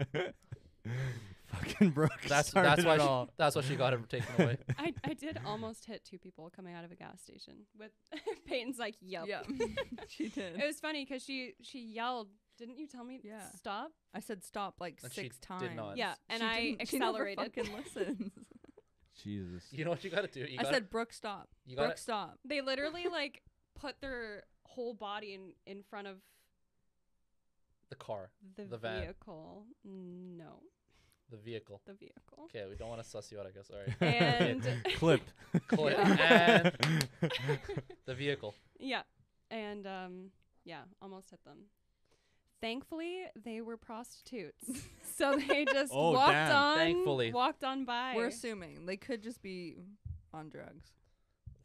Speaker 2: Fucking broke.
Speaker 1: That's
Speaker 2: started
Speaker 1: that's why
Speaker 2: it
Speaker 1: she,
Speaker 2: all.
Speaker 1: that's why she got him taken away.
Speaker 3: I, I did almost hit two people coming out of a gas station. With Peyton's like, yep.
Speaker 4: Yeah, she did.
Speaker 3: It was funny because she she yelled, "Didn't you tell me to
Speaker 4: Yeah.
Speaker 3: stop?"
Speaker 4: I said stop like
Speaker 1: And she
Speaker 4: six
Speaker 1: did
Speaker 4: times.
Speaker 1: not.
Speaker 3: Yeah, and I
Speaker 4: didn't- she never
Speaker 3: accelerated.
Speaker 4: fucking listens.
Speaker 2: Jesus.
Speaker 1: You know what you gotta do? You
Speaker 4: I
Speaker 1: gotta,
Speaker 4: said Brooke stop.
Speaker 1: you gotta,
Speaker 4: Brooke stop.
Speaker 3: They literally like put their whole body in in front of
Speaker 1: the car,
Speaker 3: the,
Speaker 1: The van.
Speaker 3: vehicle. No,
Speaker 1: the vehicle.
Speaker 3: the vehicle.
Speaker 1: Okay, we don't want to suss you out, I guess. All right,
Speaker 3: And-
Speaker 2: clip.
Speaker 1: Clip. And- the vehicle.
Speaker 3: Yeah, and um, yeah, almost hit them. Thankfully, they were prostitutes, so they just
Speaker 2: Oh,
Speaker 3: walked
Speaker 2: damn.
Speaker 3: on.
Speaker 1: Thankfully.
Speaker 3: walked on by.
Speaker 4: We're assuming they could just be on drugs.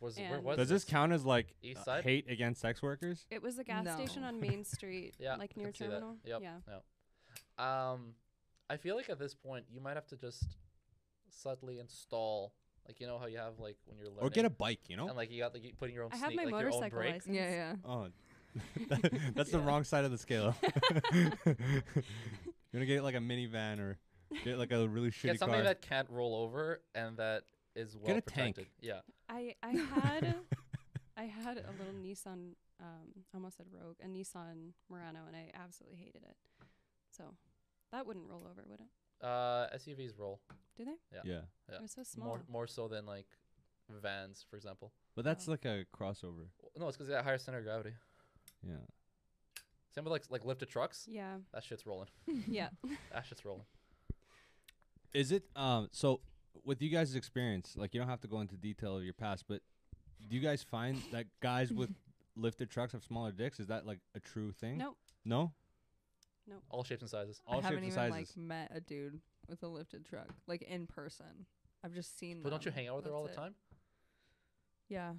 Speaker 1: Was where
Speaker 3: And-
Speaker 1: was
Speaker 2: Does this count as like
Speaker 1: East
Speaker 2: uh,
Speaker 1: side?
Speaker 2: hate against sex workers?
Speaker 3: It was a gas station
Speaker 4: No.
Speaker 3: on Main Street,
Speaker 1: Yeah,
Speaker 3: like
Speaker 1: I
Speaker 3: near
Speaker 1: can see that.
Speaker 3: terminal.
Speaker 1: Yep.
Speaker 3: Yeah.
Speaker 1: Um, I feel like at this point you might have to just subtly install, like you know how you have like when you're learning,
Speaker 2: Or get a bike, you know?
Speaker 1: and like you got like you putting your own.
Speaker 3: I have
Speaker 1: sneak-
Speaker 3: my
Speaker 1: like, your own
Speaker 3: motorcycle
Speaker 1: brake.
Speaker 3: license.
Speaker 4: yeah.
Speaker 2: Oh, that's the wrong side of the scale. you wanna get like a minivan or get like a really shitty
Speaker 1: Get something
Speaker 2: car.
Speaker 1: that can't roll over and that is well
Speaker 2: a tank.
Speaker 1: protected. Yeah,
Speaker 3: I I had I had a little Nissan um I almost said Rogue, a Nissan Murano and I absolutely hated it. So that wouldn't roll over, would it?
Speaker 1: uh, SUVs roll
Speaker 3: Do they?
Speaker 1: that-
Speaker 2: yeah,
Speaker 1: Yeah.
Speaker 3: It was so small.
Speaker 1: more more so than like vans, for example.
Speaker 2: but that's
Speaker 3: Oh.
Speaker 2: like a crossover.
Speaker 1: W- No, it's because they got higher center of gravity.
Speaker 2: Yeah.
Speaker 1: Same with like like lifted trucks.
Speaker 3: Yeah.
Speaker 1: That shit's rolling.
Speaker 3: Yeah.
Speaker 1: That shit's rolling.
Speaker 2: Is it um so with you guys' experience, like you don't have to go into detail of your past, but do you guys find that guys with lifted trucks have smaller dicks? Is that like a true thing?
Speaker 3: Nope.
Speaker 2: No?
Speaker 1: All shapes and sizes.
Speaker 2: All
Speaker 4: I haven't
Speaker 2: shapes
Speaker 4: even
Speaker 2: and
Speaker 4: like
Speaker 2: sizes.
Speaker 4: met a dude with a lifted truck, like in person. I've just seen.
Speaker 1: But don't you
Speaker 4: them.
Speaker 1: hang out with her
Speaker 4: That's
Speaker 1: all the
Speaker 4: it.
Speaker 1: time?
Speaker 4: Yeah,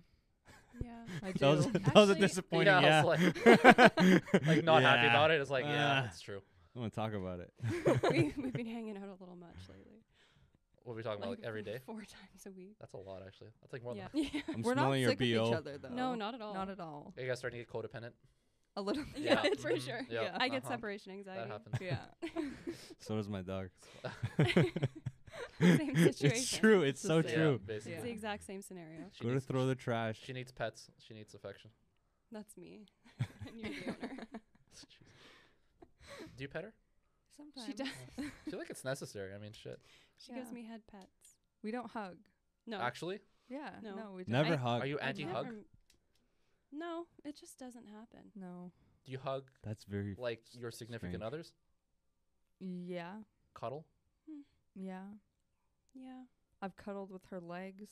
Speaker 3: Yeah.
Speaker 4: I
Speaker 2: that was
Speaker 4: do.
Speaker 2: that was a
Speaker 3: Actually-
Speaker 2: disappointing
Speaker 1: Yeah,
Speaker 2: yeah.
Speaker 1: I was Like not happy
Speaker 2: Yeah.
Speaker 1: about it. It's like yeah,
Speaker 2: Ah.
Speaker 1: it's true.
Speaker 2: I want to talk about it.
Speaker 3: we we've been hanging out a little much lately.
Speaker 1: What are we talking about? Like every day.
Speaker 3: Four times a week.
Speaker 1: That's a lot, actually. That's like more than.
Speaker 3: yeah.
Speaker 1: half.
Speaker 3: yeah.
Speaker 2: I'm
Speaker 4: We're not
Speaker 2: smelling
Speaker 4: sick of
Speaker 2: your BO.
Speaker 4: each other though.
Speaker 3: No, not at all.
Speaker 4: Not at all.
Speaker 1: Are you guys starting to get codependent?
Speaker 4: A little.
Speaker 3: Yeah,
Speaker 4: Yeah.
Speaker 3: for
Speaker 1: mhm,
Speaker 3: sure.
Speaker 4: Yeah.
Speaker 3: I get
Speaker 1: uh-huh,
Speaker 3: separation anxiety.
Speaker 1: That happens.
Speaker 4: yeah.
Speaker 2: So does my dog.
Speaker 3: Same situation.
Speaker 2: It's true. It's
Speaker 4: the
Speaker 2: so
Speaker 4: same.
Speaker 1: Yeah,
Speaker 2: true.
Speaker 1: basically.
Speaker 3: It's the exact same scenario.
Speaker 1: She,
Speaker 2: Go to
Speaker 1: needs,
Speaker 2: throw the trash.
Speaker 1: she needs pets. She needs affection.
Speaker 3: That's me. and you're the owner.
Speaker 1: Do you pet her?
Speaker 4: Sometimes
Speaker 3: She does.
Speaker 1: I feel like it's necessary. I mean, shit.
Speaker 3: She gives
Speaker 4: Yeah.
Speaker 3: me head pets.
Speaker 4: We don't hug.
Speaker 3: No.
Speaker 1: Actually,
Speaker 4: Yeah.
Speaker 3: No.
Speaker 4: No, we don't.
Speaker 2: Never
Speaker 3: I-
Speaker 2: hug.
Speaker 1: are you
Speaker 3: I
Speaker 1: anti hug?
Speaker 3: never- No, it just doesn't happen.
Speaker 4: No.
Speaker 1: Do you hug
Speaker 2: That's very
Speaker 1: like your significant
Speaker 2: Strange.
Speaker 1: others?
Speaker 4: Yeah.
Speaker 1: Cuddle?
Speaker 4: Yeah.
Speaker 3: Yeah.
Speaker 4: I've cuddled with her legs.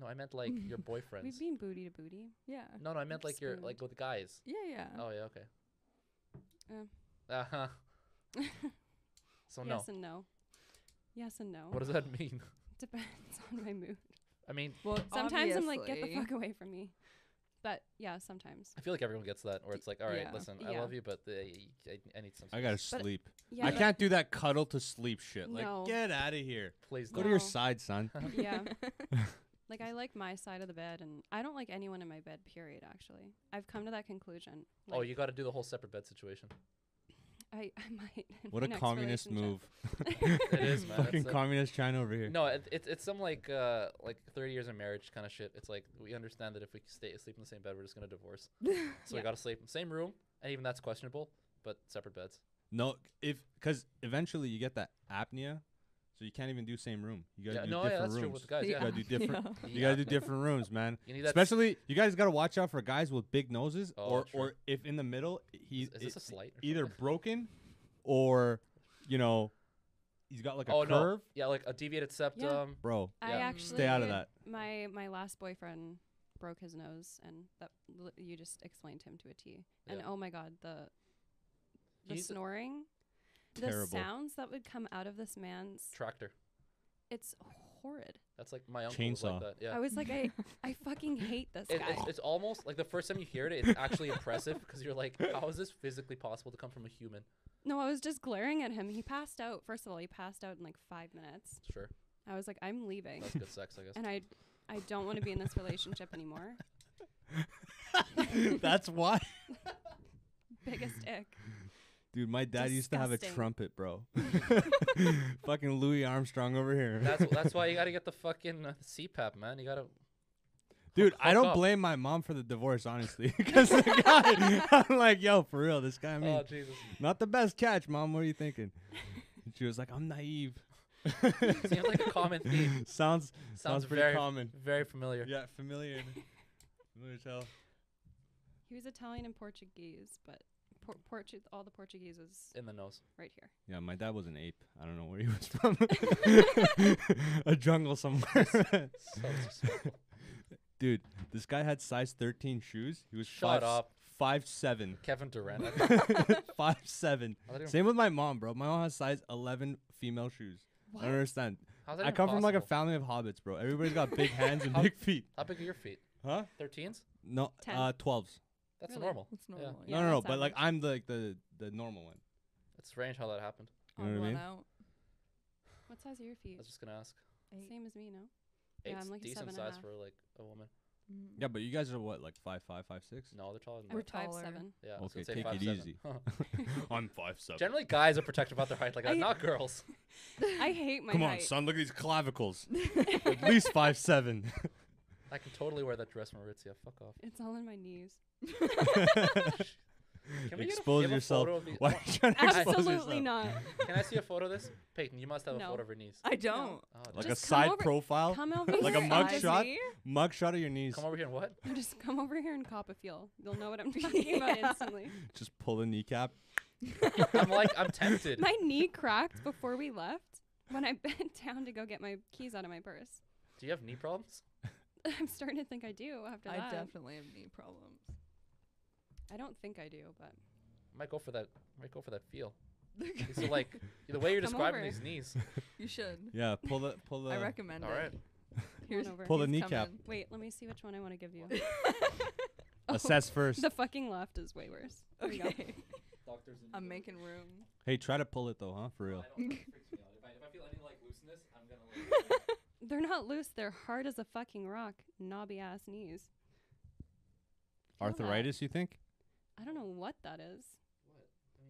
Speaker 1: No, I meant like your boyfriends.
Speaker 3: We've been booty to booty.
Speaker 4: Yeah.
Speaker 1: no, no, I meant like your like with guys.
Speaker 4: Yeah, yeah.
Speaker 1: Oh yeah, okay.
Speaker 3: Um.
Speaker 1: Uh huh. So no.
Speaker 3: yes and no. Yes and no.
Speaker 1: What does that mean?
Speaker 3: Depends on my mood.
Speaker 1: I mean,
Speaker 4: Well,
Speaker 3: Sometimes I'm like, get the
Speaker 4: obviously-
Speaker 3: fuck away from me. But yeah, sometimes.
Speaker 1: I feel like everyone gets that, where it's like, all right,
Speaker 4: yeah.
Speaker 1: listen, I
Speaker 3: Yeah.
Speaker 1: love you, but they, I, I need some.
Speaker 2: I gotta
Speaker 1: space."
Speaker 2: sleep.
Speaker 3: Yeah.
Speaker 2: I
Speaker 3: but-
Speaker 2: can't do that cuddle to sleep shit. Like,
Speaker 3: No.
Speaker 2: get out of here.
Speaker 1: Please
Speaker 2: Go
Speaker 1: no.
Speaker 2: to your
Speaker 3: No.
Speaker 2: side, son.
Speaker 3: yeah. like I like my side of the bed and I don't like anyone in my bed period actually. I've come to that conclusion.
Speaker 1: oh,
Speaker 3: Like,
Speaker 1: you got to do the whole separate bed situation.
Speaker 3: I, I might in
Speaker 2: What
Speaker 3: my
Speaker 2: a
Speaker 3: next
Speaker 2: communist move.
Speaker 3: relationship.
Speaker 1: It is, man.
Speaker 2: Fucking
Speaker 1: It's a-
Speaker 2: communist China over here.
Speaker 1: No, it, it's it's some like uh like thirty years of marriage kind of shit. It's like we understand that if we stay sleep in the same bed, we're just gonna divorce. So we
Speaker 3: Yeah.
Speaker 1: gotta sleep in the same room, and even that's questionable. But separate beds.
Speaker 2: No, if because eventually you get that apnea, so you can't even do same room. You gotta
Speaker 1: Yeah,
Speaker 2: do
Speaker 1: no, yeah,
Speaker 2: different
Speaker 1: that's
Speaker 2: rooms.
Speaker 1: true with the guys.
Speaker 2: You
Speaker 1: Yeah,
Speaker 2: gotta do different.
Speaker 4: Yeah.
Speaker 2: You
Speaker 1: Yeah,
Speaker 2: gotta do
Speaker 1: no.
Speaker 2: different rooms, man.
Speaker 1: You need that. s-
Speaker 2: Especially you guys gotta watch out for guys with big noses,
Speaker 1: Oh,
Speaker 2: or
Speaker 1: true.
Speaker 2: or if in the middle he's
Speaker 1: is, is this a slight? or
Speaker 2: either
Speaker 1: something?
Speaker 2: broken, or you know, he's got like a
Speaker 1: oh
Speaker 2: curve.
Speaker 1: no, yeah, like a deviated um, septum.
Speaker 2: Bro,
Speaker 3: I
Speaker 1: Yeah.
Speaker 3: actually
Speaker 2: stay out of that.
Speaker 3: My my last boyfriend broke his nose and that li- you just explained him to a T. And
Speaker 1: Yeah.
Speaker 3: oh my god, the the
Speaker 1: He's a-
Speaker 3: snoring, the
Speaker 2: Terrible.
Speaker 3: sounds that would come out of this man's
Speaker 1: Tractor.
Speaker 3: it's horrid.
Speaker 1: That's like my uncle was like
Speaker 2: Chainsaw.
Speaker 1: that. Yeah.
Speaker 3: I was like I I fucking hate this
Speaker 1: It,
Speaker 3: guy.
Speaker 1: it's, it's almost like the first time you hear it, it's actually impressive because you're like, how is this physically possible to come from a human?
Speaker 3: No, I was just glaring at him. He passed out. First of all, he passed out in like five minutes.
Speaker 1: Sure,
Speaker 3: I was like, I'm leaving,
Speaker 1: that's good sex, I guess.
Speaker 3: and I, I don't want to be in this relationship anymore.
Speaker 2: That's why,
Speaker 3: Biggest ick.
Speaker 2: dude. My dad used to have a
Speaker 3: Disgusting.
Speaker 2: trumpet, bro. Fucking Louis Armstrong over here.
Speaker 1: That's that's why you gotta get the fucking uh, CPAP, man. You gotta
Speaker 2: Dude, I
Speaker 1: hook
Speaker 2: don't
Speaker 1: up.
Speaker 2: blame my mom for the divorce, honestly. Because the guy, I'm like, yo, for real, this guy, I mean,
Speaker 1: oh Jesus.
Speaker 2: not the best catch, mom. What are you thinking? And she was like, I'm naive.
Speaker 1: Seems like a common theme.
Speaker 2: sounds
Speaker 1: Sounds,
Speaker 2: sounds pretty
Speaker 1: very
Speaker 2: common.
Speaker 1: very familiar.
Speaker 2: Yeah, familiar. familiar as hell.
Speaker 3: He was Italian and Portuguese, but por- Portu- all the Portuguese was
Speaker 1: In the nose.
Speaker 3: right here.
Speaker 2: Yeah, my dad was an ape. I don't know where he was from. a jungle somewhere.
Speaker 1: So disrespectful.
Speaker 2: Dude, this guy had size 13 shoes. He was
Speaker 1: Shut
Speaker 2: five,
Speaker 1: up.
Speaker 2: five seven.
Speaker 1: Kevin Durant. I
Speaker 2: five seven.
Speaker 1: I don't-
Speaker 2: Same with my mom, bro. My mom has size eleven female shoes. I don't understand.
Speaker 1: How's that
Speaker 2: I come from like a
Speaker 1: family.
Speaker 2: family of hobbits, bro. Everybody's got big hands and
Speaker 1: How-
Speaker 2: big feet.
Speaker 1: How big are your feet?
Speaker 2: Huh?
Speaker 1: Thirteens?
Speaker 2: No,
Speaker 3: Ten.
Speaker 2: uh, twelves.
Speaker 1: That's
Speaker 3: Really?
Speaker 1: normal.
Speaker 4: That's
Speaker 1: Yeah.
Speaker 4: normal.
Speaker 3: Yeah,
Speaker 2: no, no, no.
Speaker 3: that's
Speaker 2: But like I'm the like, the the normal one.
Speaker 1: It's strange how that happened.
Speaker 2: You know what I mean?
Speaker 4: out.
Speaker 3: What size are your
Speaker 1: I
Speaker 3: feet?
Speaker 1: was just gonna ask.
Speaker 4: Eight.
Speaker 3: Same as me, no? Yeah,
Speaker 1: Eight's
Speaker 3: I'm like a
Speaker 1: decent
Speaker 3: seven and a
Speaker 1: size
Speaker 3: half.
Speaker 1: for like a woman.
Speaker 4: Mm.
Speaker 2: Yeah, but you guys are what like five five five six.
Speaker 1: No, they're taller than
Speaker 3: I'm
Speaker 1: that.
Speaker 4: We're
Speaker 3: five
Speaker 4: taller.
Speaker 3: seven.
Speaker 1: Yeah. I was gonna
Speaker 2: Okay,
Speaker 1: say
Speaker 2: take
Speaker 1: five,
Speaker 2: it
Speaker 1: seven.
Speaker 2: easy.
Speaker 1: Huh.
Speaker 2: I'm five seven.
Speaker 1: Generally, guys are protective about their height like that,
Speaker 3: I-
Speaker 1: not girls.
Speaker 3: I hate my
Speaker 2: Come on,
Speaker 3: height.
Speaker 2: son. Look at these clavicles. At least five seven.
Speaker 1: I can totally wear that dress, Maurizio. Fuck off.
Speaker 3: It's all in my knees.
Speaker 1: Can we get a-
Speaker 2: expose
Speaker 1: give a
Speaker 2: yourself.
Speaker 1: photo of the-
Speaker 2: Why are you trying to expose
Speaker 3: Absolutely
Speaker 2: yourself?
Speaker 3: not.
Speaker 1: Can I see a photo of this? Peyton, you must have a
Speaker 3: No.
Speaker 1: photo of her knees.
Speaker 4: I
Speaker 1: Oh,
Speaker 4: don't.
Speaker 2: Like
Speaker 1: damn.
Speaker 2: a
Speaker 3: Just come
Speaker 2: side
Speaker 3: over-
Speaker 2: profile,
Speaker 3: Come over
Speaker 2: Like a
Speaker 3: here and
Speaker 2: mug
Speaker 3: just-
Speaker 2: shot? mug shot of your knees.
Speaker 1: Come over here and what?
Speaker 3: No, Just come over here and cop a feel. You'll know what I'm talking about
Speaker 4: Yeah.
Speaker 3: instantly.
Speaker 2: Just pull the kneecap.
Speaker 1: I'm like, I'm tempted.
Speaker 3: My knee cracked before we left when I bent down to go get my keys out of my purse.
Speaker 1: Do you have knee problems?
Speaker 3: I'm starting to think I do after
Speaker 4: I
Speaker 3: that.
Speaker 4: definitely have knee problems.
Speaker 3: I don't think I do, but
Speaker 1: I might go for that. I might go for that feel. These are like the way you're
Speaker 3: Come
Speaker 1: describing
Speaker 3: over.
Speaker 1: these knees.
Speaker 4: You should.
Speaker 2: Yeah, pull the pull the.
Speaker 4: I recommend
Speaker 1: All
Speaker 4: it.
Speaker 1: right.
Speaker 3: Here's
Speaker 4: Here's
Speaker 3: over.
Speaker 2: Pull the
Speaker 4: he's
Speaker 2: kneecap.
Speaker 4: coming.
Speaker 3: Wait, let me see which one I want to give you. Oh,
Speaker 2: Assess first.
Speaker 3: The fucking left is way worse. There we go.
Speaker 4: Okay.
Speaker 1: Doctors.
Speaker 4: I'm making room.
Speaker 2: hey, try to pull it though, huh? For real.
Speaker 1: If I, feel any like looseness, I'm gonna.
Speaker 3: They're not loose. They're hard as a fucking rock. Knobby ass knees. Feel that.
Speaker 2: Arthritis, you think?
Speaker 3: I don't know what that is.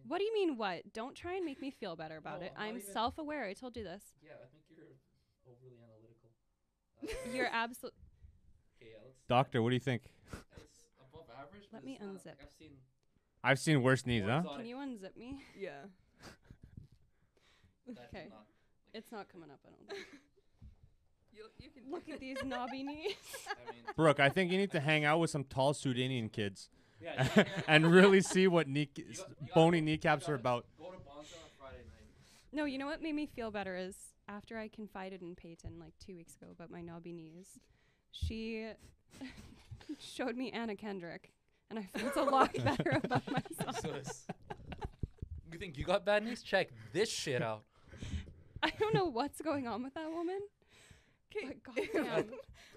Speaker 3: What do you mean what? Don't try and make me feel better about
Speaker 1: No,
Speaker 3: it.
Speaker 1: I'm not
Speaker 3: I'm
Speaker 1: even-
Speaker 3: self-aware. I told you this.
Speaker 1: yeah, I think you're overly analytical. Uh,
Speaker 3: You're absolute.
Speaker 1: okay, yeah, let's,
Speaker 2: Doctor, what do you think?
Speaker 1: It's above average.
Speaker 3: Let but me it's not- like, unzip.
Speaker 1: I've seen.
Speaker 2: I've seen worse knees, huh?
Speaker 3: Can you unzip me?
Speaker 4: Yeah.
Speaker 3: Okay. It's not coming up. I don't. Think.
Speaker 4: You, you can
Speaker 3: Look at these knobby knees.
Speaker 1: I mean,
Speaker 2: Brooke, I think you need to hang out with some tall Sudanian kids
Speaker 1: yeah. you gotta-
Speaker 2: and really see what knee
Speaker 1: you got- you gotta
Speaker 2: bony
Speaker 1: go-
Speaker 2: kneecaps
Speaker 1: you
Speaker 2: are
Speaker 1: gotta
Speaker 2: about.
Speaker 1: Go to Bonza on Friday night.
Speaker 3: No, you know what made me feel better is after I confided in Peyton like two weeks ago about my knobby knees. she showed me Anna Kendrick, and I felt a lot better about myself.
Speaker 1: Jesus. You think you got bad knees? Check this shit out.
Speaker 3: I don't know what's going on with that woman.
Speaker 4: Okay.
Speaker 3: But goddamn,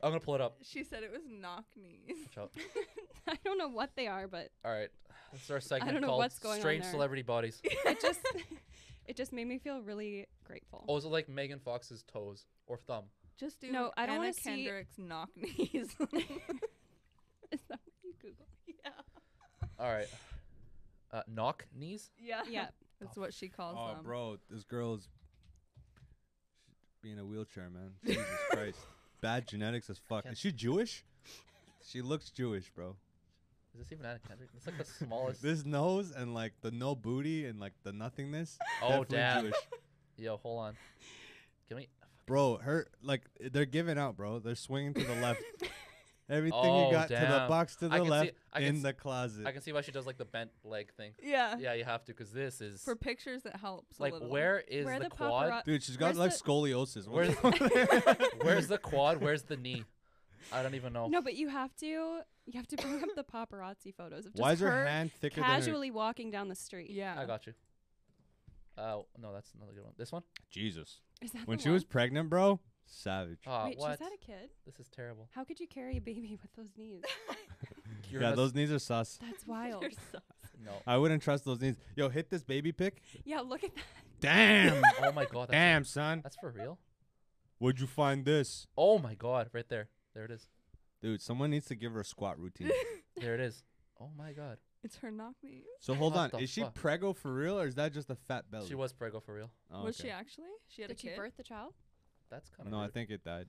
Speaker 1: I'm gonna pull it up.
Speaker 4: she said it was knock knees.
Speaker 1: Watch out.
Speaker 3: I don't know what they are, but
Speaker 1: All right, this is our segment
Speaker 3: know
Speaker 1: called
Speaker 3: what's going on
Speaker 1: "Strange
Speaker 3: there.
Speaker 1: Celebrity Bodies."
Speaker 3: it just it just made me feel really grateful.
Speaker 1: Oh, is it like Megan Fox's toes or thumb?
Speaker 4: Just do
Speaker 3: No, I don't
Speaker 4: Anna
Speaker 3: wanna see-
Speaker 4: Kendrick's knock knees.
Speaker 3: Is that what you Google?
Speaker 4: yeah.
Speaker 1: All right, uh, knock knees.
Speaker 4: Yeah.
Speaker 3: Yeah,
Speaker 4: That's what she calls
Speaker 2: Oh,
Speaker 4: them.
Speaker 2: bro, this girl's being a wheelchair, man. Jesus Christ, bad genetics as fuck.
Speaker 1: Can't-
Speaker 2: Is she Jewish? She looks Jewish, bro.
Speaker 1: Is this even Anna Kendrick? It's like the smallest.
Speaker 2: This nose and like the no booty and like the nothingness.
Speaker 1: oh
Speaker 2: definitely
Speaker 1: damn!
Speaker 2: Jewish.
Speaker 1: Yo, hold on. Can we?
Speaker 2: bro. Her like they're giving out, bro. They're swinging to the left. Everything
Speaker 1: Oh,
Speaker 2: you got to the
Speaker 1: damn.
Speaker 2: box to
Speaker 1: I
Speaker 2: the
Speaker 1: can see-
Speaker 2: left
Speaker 1: I can
Speaker 2: in
Speaker 1: s-
Speaker 2: the closet.
Speaker 1: I can see why she does like the bent leg thing.
Speaker 3: Uh,
Speaker 4: Yeah.
Speaker 1: Yeah, you have to, cause this is
Speaker 4: For pictures, it helps.
Speaker 1: like
Speaker 4: a little.
Speaker 1: where is
Speaker 3: where
Speaker 1: the,
Speaker 3: the
Speaker 1: quad?
Speaker 3: paparazzi?
Speaker 2: Dude, she's got
Speaker 3: Where's
Speaker 2: like
Speaker 3: the-
Speaker 2: scoliosis.
Speaker 1: Where's-
Speaker 2: What's-
Speaker 1: Where's the quad? Where's the knee? I don't even know.
Speaker 3: No, but you have to you have to bring up the paparazzi photos of just
Speaker 2: Why is her,
Speaker 3: her
Speaker 2: hand thicker than her?
Speaker 3: casually walking down the street.
Speaker 4: Yeah.
Speaker 1: I got you. Uh, no, that's another good one. This one?
Speaker 2: Jesus.
Speaker 3: Is that
Speaker 2: When
Speaker 3: the
Speaker 2: she
Speaker 3: one?
Speaker 2: was pregnant, bro, savage.
Speaker 1: Ah,
Speaker 3: Wait,
Speaker 1: what?
Speaker 3: she's had a kid.
Speaker 1: This is terrible.
Speaker 3: How could you carry a baby with those knees?
Speaker 1: You're
Speaker 2: yeah,
Speaker 1: the-
Speaker 2: those knees are sus.
Speaker 3: That's wild.
Speaker 4: You're so-
Speaker 1: No.
Speaker 2: I wouldn't trust those knees. Yo, hit this baby pick.
Speaker 3: yeah, look at that.
Speaker 2: Damn.
Speaker 1: Oh my god. That's,
Speaker 2: Damn, son.
Speaker 1: that's for real.
Speaker 2: Where'd you find this?
Speaker 1: Oh my god, right there. There it is.
Speaker 2: Dude, someone needs to give her a squat routine.
Speaker 1: There it is. Oh my god.
Speaker 4: It's her knock knees.
Speaker 2: So hold
Speaker 1: What the
Speaker 2: on. Is she
Speaker 1: fuck?
Speaker 2: preggo for real or is that just a fat belly?
Speaker 1: She was prego for real.
Speaker 2: Oh,
Speaker 4: Was
Speaker 2: okay.
Speaker 4: she actually? She had
Speaker 3: Did
Speaker 4: a
Speaker 3: she
Speaker 4: kid.
Speaker 3: birth the child?
Speaker 1: That's kind of
Speaker 2: No, I think it died.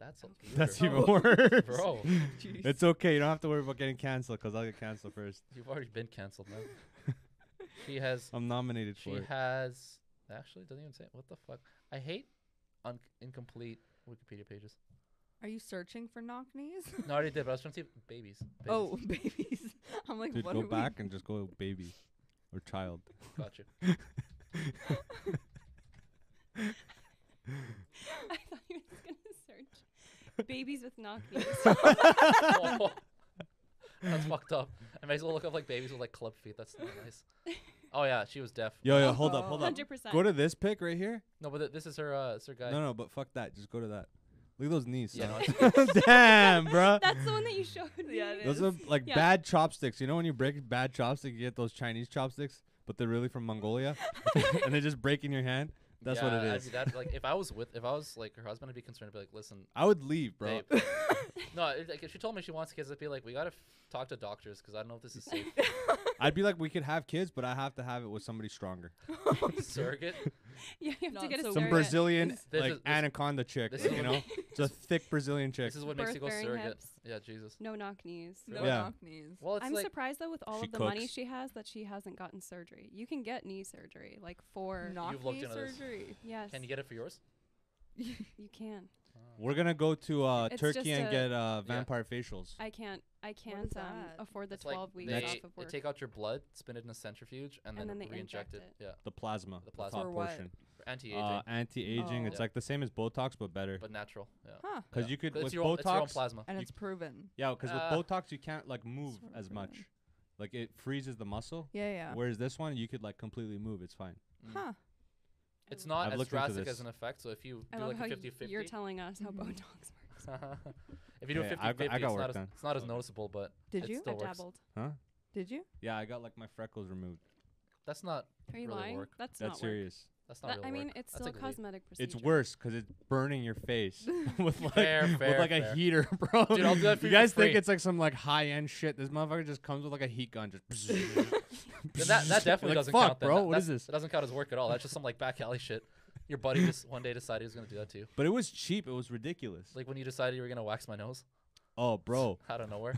Speaker 1: that's okay.
Speaker 2: That's
Speaker 4: Oh.
Speaker 2: even worse.
Speaker 1: bro.
Speaker 4: Jeez.
Speaker 2: It's okay. You don't have to worry about getting canceled because I'll get canceled first.
Speaker 1: You've already been canceled now. she has.
Speaker 2: I'm nominated
Speaker 1: She
Speaker 2: for it.
Speaker 1: has. Actually, doesn't even say it. what the fuck. I hate un- incomplete Wikipedia pages.
Speaker 4: Are you searching for knock knees?
Speaker 1: No, I already did, but I was trying to see babies. babies.
Speaker 4: Oh, babies. I'm like,
Speaker 2: Dude,
Speaker 4: what
Speaker 2: go
Speaker 4: are we-
Speaker 2: back and just go baby or child.
Speaker 1: got you.
Speaker 3: I thought you were just gonna search babies with knock knees.
Speaker 1: Oh. That's fucked up. I may as well look up like babies with like club feet. That's not nice. Oh yeah, she was deaf.
Speaker 2: Yo, yo, hold up, hold up.
Speaker 3: Hundred percent.
Speaker 2: Go to this pic right here.
Speaker 1: No, but th- this is her. Uh, it's her guy.
Speaker 2: No, no, but fuck that. Just go to that. Look at those knees.
Speaker 1: Yeah, no,
Speaker 2: son. Damn, bro.
Speaker 3: That's the one that you showed me.
Speaker 4: Yeah, it
Speaker 2: Those are like
Speaker 3: Yeah.
Speaker 2: bad chopsticks. You know when you break bad chopsticks, you get those Chinese chopsticks, but they're really from Mongolia, and they just break in your hand. That's what
Speaker 1: Yeah, I'd
Speaker 2: it
Speaker 1: be
Speaker 2: is.
Speaker 1: that- like if I was with, if I was like her husband, I'd be concerned. I'd be like, listen,
Speaker 2: I would leave, bro.
Speaker 1: babe. no, it- like if she told me she wants kids, I'd be like, we gotta f- talk to doctors because I don't know if this is safe.
Speaker 2: I'd be like, we could have kids, but I have to have it with somebody stronger.
Speaker 1: Surrogate.
Speaker 3: Yeah, you have to
Speaker 4: Not
Speaker 3: get a
Speaker 4: so
Speaker 2: Some
Speaker 3: surrogate.
Speaker 2: Brazilian
Speaker 1: This
Speaker 2: like
Speaker 1: is- this-
Speaker 2: anaconda chick,
Speaker 1: this is
Speaker 2: you
Speaker 1: what-
Speaker 2: know, it's a thick Brazilian chick.
Speaker 1: This is what makes you go
Speaker 3: Birth-bearing
Speaker 1: surrogate.
Speaker 3: hips.
Speaker 1: Yeah, Jesus.
Speaker 3: No knock knees.
Speaker 4: No
Speaker 2: Yeah.
Speaker 4: knock knees.
Speaker 1: Well, it's
Speaker 3: I'm
Speaker 1: like
Speaker 3: surprised though with all
Speaker 2: She
Speaker 3: of the money
Speaker 2: cooks.
Speaker 3: she has that she hasn't gotten surgery. You can get knee surgery like for
Speaker 4: knock
Speaker 1: You've looked
Speaker 4: knee
Speaker 1: into this.
Speaker 4: surgery.
Speaker 3: yes.
Speaker 1: can you get it for yours?
Speaker 3: You can.
Speaker 2: We're gonna go to uh,
Speaker 3: It's just
Speaker 2: Turkey and
Speaker 3: a-
Speaker 2: get uh, vampire facials.
Speaker 3: I can't. I can't
Speaker 4: is
Speaker 3: um,
Speaker 4: that?
Speaker 3: afford the
Speaker 1: It's like
Speaker 3: 12 weeks
Speaker 1: they,
Speaker 3: off of work.
Speaker 1: They take out your blood, spin it in a centrifuge, and,
Speaker 3: And then they
Speaker 1: re-inject
Speaker 3: inject
Speaker 1: it. Yeah,
Speaker 2: The plasma,
Speaker 1: The
Speaker 2: the
Speaker 1: plasma.
Speaker 2: plasma
Speaker 4: For what?
Speaker 2: portion,
Speaker 1: for anti-aging,
Speaker 2: uh, anti-aging.
Speaker 4: Oh.
Speaker 2: It's like the same as Botox but better.
Speaker 1: but natural. Yeah.
Speaker 4: Huh.
Speaker 2: Because
Speaker 1: Yeah.
Speaker 2: you could
Speaker 1: But
Speaker 2: with
Speaker 1: it's your own, it's your own
Speaker 2: Botox,
Speaker 1: plasma.
Speaker 4: And
Speaker 2: You-
Speaker 4: it's proven.
Speaker 2: yeah, because
Speaker 1: Uh,
Speaker 2: with Botox you can't like move
Speaker 4: Sort of
Speaker 2: as
Speaker 4: proven.
Speaker 2: much, like it freezes the muscle.
Speaker 4: Yeah, yeah.
Speaker 2: Whereas this one you could like completely move. It's fine.
Speaker 1: Mm.
Speaker 4: Huh.
Speaker 1: It's not
Speaker 2: I've
Speaker 1: as
Speaker 2: looked into
Speaker 1: drastic as
Speaker 2: this.
Speaker 1: an effect. So if you
Speaker 3: I
Speaker 1: do
Speaker 3: love
Speaker 1: like
Speaker 3: how
Speaker 1: a
Speaker 3: y-
Speaker 1: 50 50,
Speaker 3: you're telling us how
Speaker 4: Mhm.
Speaker 3: Botox works.
Speaker 1: if you do a
Speaker 2: Hey,
Speaker 1: 50
Speaker 2: I got-
Speaker 1: 50,
Speaker 2: I got
Speaker 1: it's,
Speaker 2: work
Speaker 1: not as,
Speaker 2: done.
Speaker 1: it's not as
Speaker 2: Okay.
Speaker 1: noticeable, but
Speaker 4: Did
Speaker 1: it
Speaker 4: you?
Speaker 1: still
Speaker 3: I
Speaker 1: works.
Speaker 3: dabbled.
Speaker 4: Did you?
Speaker 2: Yeah, I got like my freckles removed.
Speaker 1: That's not,
Speaker 3: Are you
Speaker 1: Really
Speaker 3: lying?
Speaker 1: work.
Speaker 3: That's
Speaker 2: That's
Speaker 3: not work.
Speaker 2: serious.
Speaker 1: that's not
Speaker 3: That,
Speaker 1: real
Speaker 3: I mean,
Speaker 1: work.
Speaker 3: it's
Speaker 1: That's
Speaker 3: still a
Speaker 1: like elite.
Speaker 3: cosmetic procedure.
Speaker 2: It's worse because it's burning your face with like
Speaker 1: Fair, fair,
Speaker 2: with like
Speaker 1: fair.
Speaker 2: a heater, bro.
Speaker 1: Dude, I'll do that for
Speaker 2: you
Speaker 1: you for
Speaker 2: guys think
Speaker 1: free.
Speaker 2: it's like some like high end shit? This motherfucker just comes with like a heat gun, just.
Speaker 1: Then that, that definitely
Speaker 2: like,
Speaker 1: doesn't
Speaker 2: fuck,
Speaker 1: count, then.
Speaker 2: bro.
Speaker 1: That-
Speaker 2: What is
Speaker 1: that's-
Speaker 2: this?
Speaker 1: That doesn't count as work at all. That's just some like back alley shit. Your buddy just one day decided he was going to do that to you.
Speaker 2: But it was cheap. It was ridiculous.
Speaker 1: Like when you decided you were going to wax my nose
Speaker 2: oh, bro,
Speaker 1: out of nowhere.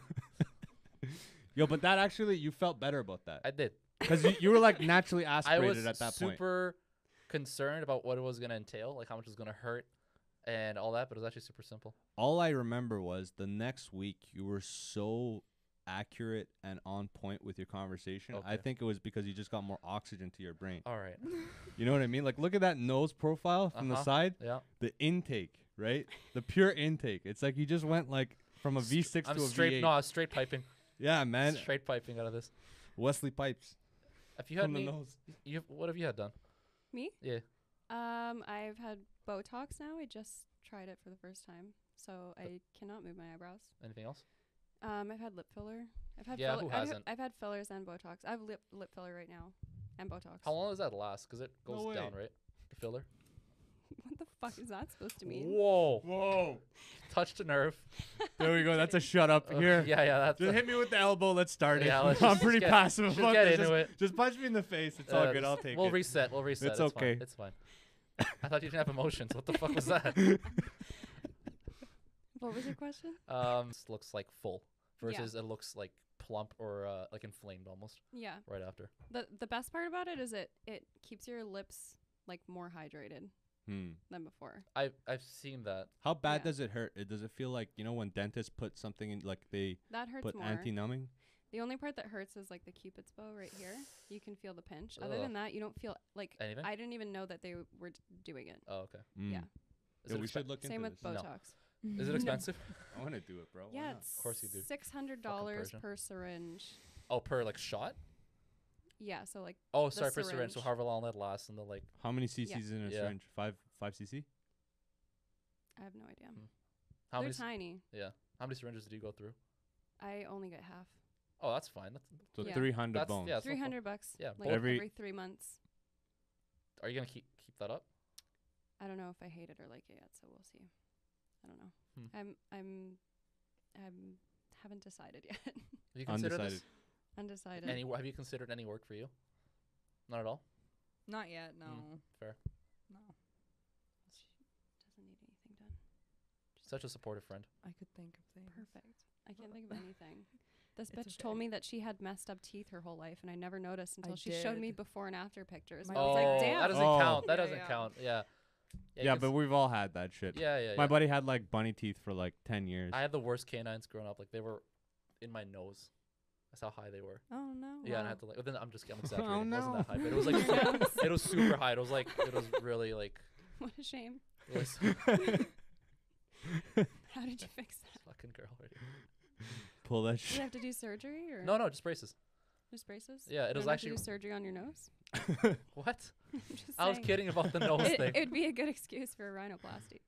Speaker 2: yo, but that actually you felt better about that
Speaker 1: I did.
Speaker 2: because you, you were like naturally
Speaker 1: I
Speaker 2: aspirated
Speaker 1: was
Speaker 2: at that point.
Speaker 1: super concerned about what it was going to entail, like how much it was going to hurt and all that, but it was actually super simple.
Speaker 2: All I remember was the next week you were so accurate and on point with your conversation. I
Speaker 1: Okay.
Speaker 2: think it was because you just got more oxygen to your brain.
Speaker 1: All right.
Speaker 2: You know what I mean? Like look at that nose profile from
Speaker 1: Uh-huh.
Speaker 2: the side.
Speaker 1: Yeah.
Speaker 2: the intake right? The pure intake. It's like you just went like from a
Speaker 1: Str-
Speaker 2: V6
Speaker 1: I'm
Speaker 2: to a
Speaker 1: straight,
Speaker 2: V8.
Speaker 1: No, I'm straight piping.
Speaker 2: Yeah, man.
Speaker 1: straight piping out of this.
Speaker 2: Wesley pipes
Speaker 1: If you had
Speaker 2: from the
Speaker 1: any,
Speaker 2: nose.
Speaker 1: you what have you had done?
Speaker 3: Me?
Speaker 1: Yeah.
Speaker 3: Um, I've had Botox now. I just tried it for the first time, so I cannot move my eyebrows.
Speaker 1: Anything else?
Speaker 3: Um, I've had lip filler. I've had
Speaker 1: Yeah,
Speaker 3: filler.
Speaker 1: who
Speaker 3: I've, had-
Speaker 1: hasn't?
Speaker 3: I've had fillers and Botox. I have lip lip filler right now, and Botox.
Speaker 1: How long does that last? Because it
Speaker 2: No
Speaker 1: goes down,
Speaker 2: way.
Speaker 1: right? The filler.
Speaker 3: what the fuck is that supposed to mean?
Speaker 1: Whoa!
Speaker 2: Whoa.
Speaker 1: Touched a nerve.
Speaker 2: There we go. That's a shut up
Speaker 1: Uh,
Speaker 2: here.
Speaker 1: Yeah, yeah. That's
Speaker 2: Just hit me with the elbow. Let's start it.
Speaker 1: Yeah, let's
Speaker 2: I'm
Speaker 1: just-
Speaker 2: pretty
Speaker 1: just get-
Speaker 2: passive
Speaker 1: just
Speaker 2: about
Speaker 1: get
Speaker 2: this.
Speaker 1: into
Speaker 2: just, just punch me in the face. It's all
Speaker 1: uh,
Speaker 2: good. I'll
Speaker 1: just-
Speaker 2: take
Speaker 1: we'll
Speaker 2: it.
Speaker 1: reset. We'll reset.
Speaker 2: It's
Speaker 1: It's,
Speaker 2: okay.
Speaker 1: Fine. It's fine. I thought you didn't have emotions. What the fuck was that?
Speaker 3: What was your question?
Speaker 1: Um, this looks like full
Speaker 3: Yeah.
Speaker 1: versus it looks like plump or uh, like inflamed almost
Speaker 3: Yeah.
Speaker 1: right after.
Speaker 3: the The best part about it is it it keeps your lips like more hydrated
Speaker 2: Hmm.
Speaker 3: than before.
Speaker 1: I've I've seen that.
Speaker 2: How bad
Speaker 3: Yeah.
Speaker 2: does it hurt? It, does it feel like you know when dentists put something in, like they
Speaker 3: That hurts
Speaker 2: put
Speaker 3: more.
Speaker 2: anti-numbing?
Speaker 3: the only part that hurts is like the cupid's bow right here. You can feel the pinch. Other
Speaker 1: Ugh.
Speaker 3: than that, you don't feel like.
Speaker 1: Anything?
Speaker 3: I didn't even know that they were d- doing it.
Speaker 1: oh, okay.
Speaker 3: Yeah.
Speaker 2: Mm.
Speaker 1: Is
Speaker 2: Yeah,
Speaker 1: it
Speaker 2: we
Speaker 1: expe-
Speaker 2: should look
Speaker 3: Same
Speaker 2: into
Speaker 3: with
Speaker 2: this.
Speaker 1: No.
Speaker 3: Botox.
Speaker 1: Is it expensive?
Speaker 2: I want to do it, bro. Why
Speaker 3: Yeah,
Speaker 2: not?
Speaker 3: it's
Speaker 1: course you do.
Speaker 3: Six hundred dollars
Speaker 1: Persian.
Speaker 3: per syringe.
Speaker 1: oh, per like shot?
Speaker 3: Yeah, so like
Speaker 1: Oh,
Speaker 3: The
Speaker 1: sorry, per syringe. So
Speaker 3: syringe.
Speaker 1: however long that lasts, and the like.
Speaker 2: How many cc's in a
Speaker 1: Yeah.
Speaker 2: syringe? Five, five cc.
Speaker 3: I have no idea.
Speaker 1: Hmm. How
Speaker 3: They're
Speaker 1: many? s-
Speaker 3: tiny.
Speaker 1: How many syringes do you go through?
Speaker 3: I only get half.
Speaker 1: Oh, that's fine. That's,
Speaker 2: So
Speaker 3: Yeah.
Speaker 2: three hundred
Speaker 1: That's-
Speaker 2: bones.
Speaker 1: yeah. not
Speaker 3: Three
Speaker 1: fun.
Speaker 3: hundred bucks.
Speaker 1: Yeah,
Speaker 3: like
Speaker 1: both-
Speaker 2: Every-
Speaker 3: every, three months.
Speaker 1: are you gonna keep keep that up?
Speaker 3: I don't know if I hate it or like it yet, so we'll see. I don't know.
Speaker 1: Hmm.
Speaker 3: I'm I'm I'm haven't decided yet.
Speaker 1: Have you considered
Speaker 2: Undecided.
Speaker 3: Undecided.
Speaker 1: this? Any? wo- Have you considered any work for you? Not at all.
Speaker 4: Not yet, no.
Speaker 1: Mm, fair.
Speaker 4: No.
Speaker 3: she doesn't need anything done.
Speaker 1: Such a supportive friend.
Speaker 4: I could think of things.
Speaker 3: Perfect. I can't think of anything. This
Speaker 4: It's
Speaker 3: bitch told
Speaker 4: okay.
Speaker 3: me that she had messed up teeth her whole life, and I never noticed until she showed me
Speaker 4: did.
Speaker 3: before and after pictures.
Speaker 4: My
Speaker 3: and I was like,
Speaker 4: dad-
Speaker 3: damn.
Speaker 1: that doesn't
Speaker 2: Oh.
Speaker 1: count. That
Speaker 4: Yeah,
Speaker 1: doesn't
Speaker 4: yeah.
Speaker 1: count. Yeah. you
Speaker 2: Yeah,
Speaker 1: can
Speaker 2: but
Speaker 1: s-
Speaker 2: we've all had that shit.
Speaker 1: yeah, yeah, yeah.
Speaker 2: My buddy had like bunny teeth for like ten years.
Speaker 1: I had the worst canines growing up. Like they were in my nose. That's how high they were.
Speaker 4: Oh no.
Speaker 1: Yeah, and I
Speaker 4: Wow.
Speaker 1: had to like. But then I'm just I'm exaggerating.
Speaker 2: Oh,
Speaker 1: It wasn't that
Speaker 2: no.
Speaker 1: high, but it was like su- it was super high. It was like it was really like
Speaker 3: what a shame.
Speaker 1: it was
Speaker 3: How did you fix that?
Speaker 1: fucking girl. Right
Speaker 2: Pull that
Speaker 3: Did you
Speaker 2: shit.
Speaker 3: have to do surgery or
Speaker 1: No, no, just braces.
Speaker 3: just braces?
Speaker 1: Yeah, it
Speaker 3: You
Speaker 1: was
Speaker 3: don't have to do
Speaker 1: actually
Speaker 3: surgery on your nose.
Speaker 1: what?
Speaker 3: I'm just
Speaker 1: I was
Speaker 3: saying.
Speaker 1: kidding about the nose
Speaker 3: It,
Speaker 1: thing.
Speaker 3: it'd be a good excuse for a rhinoplasty.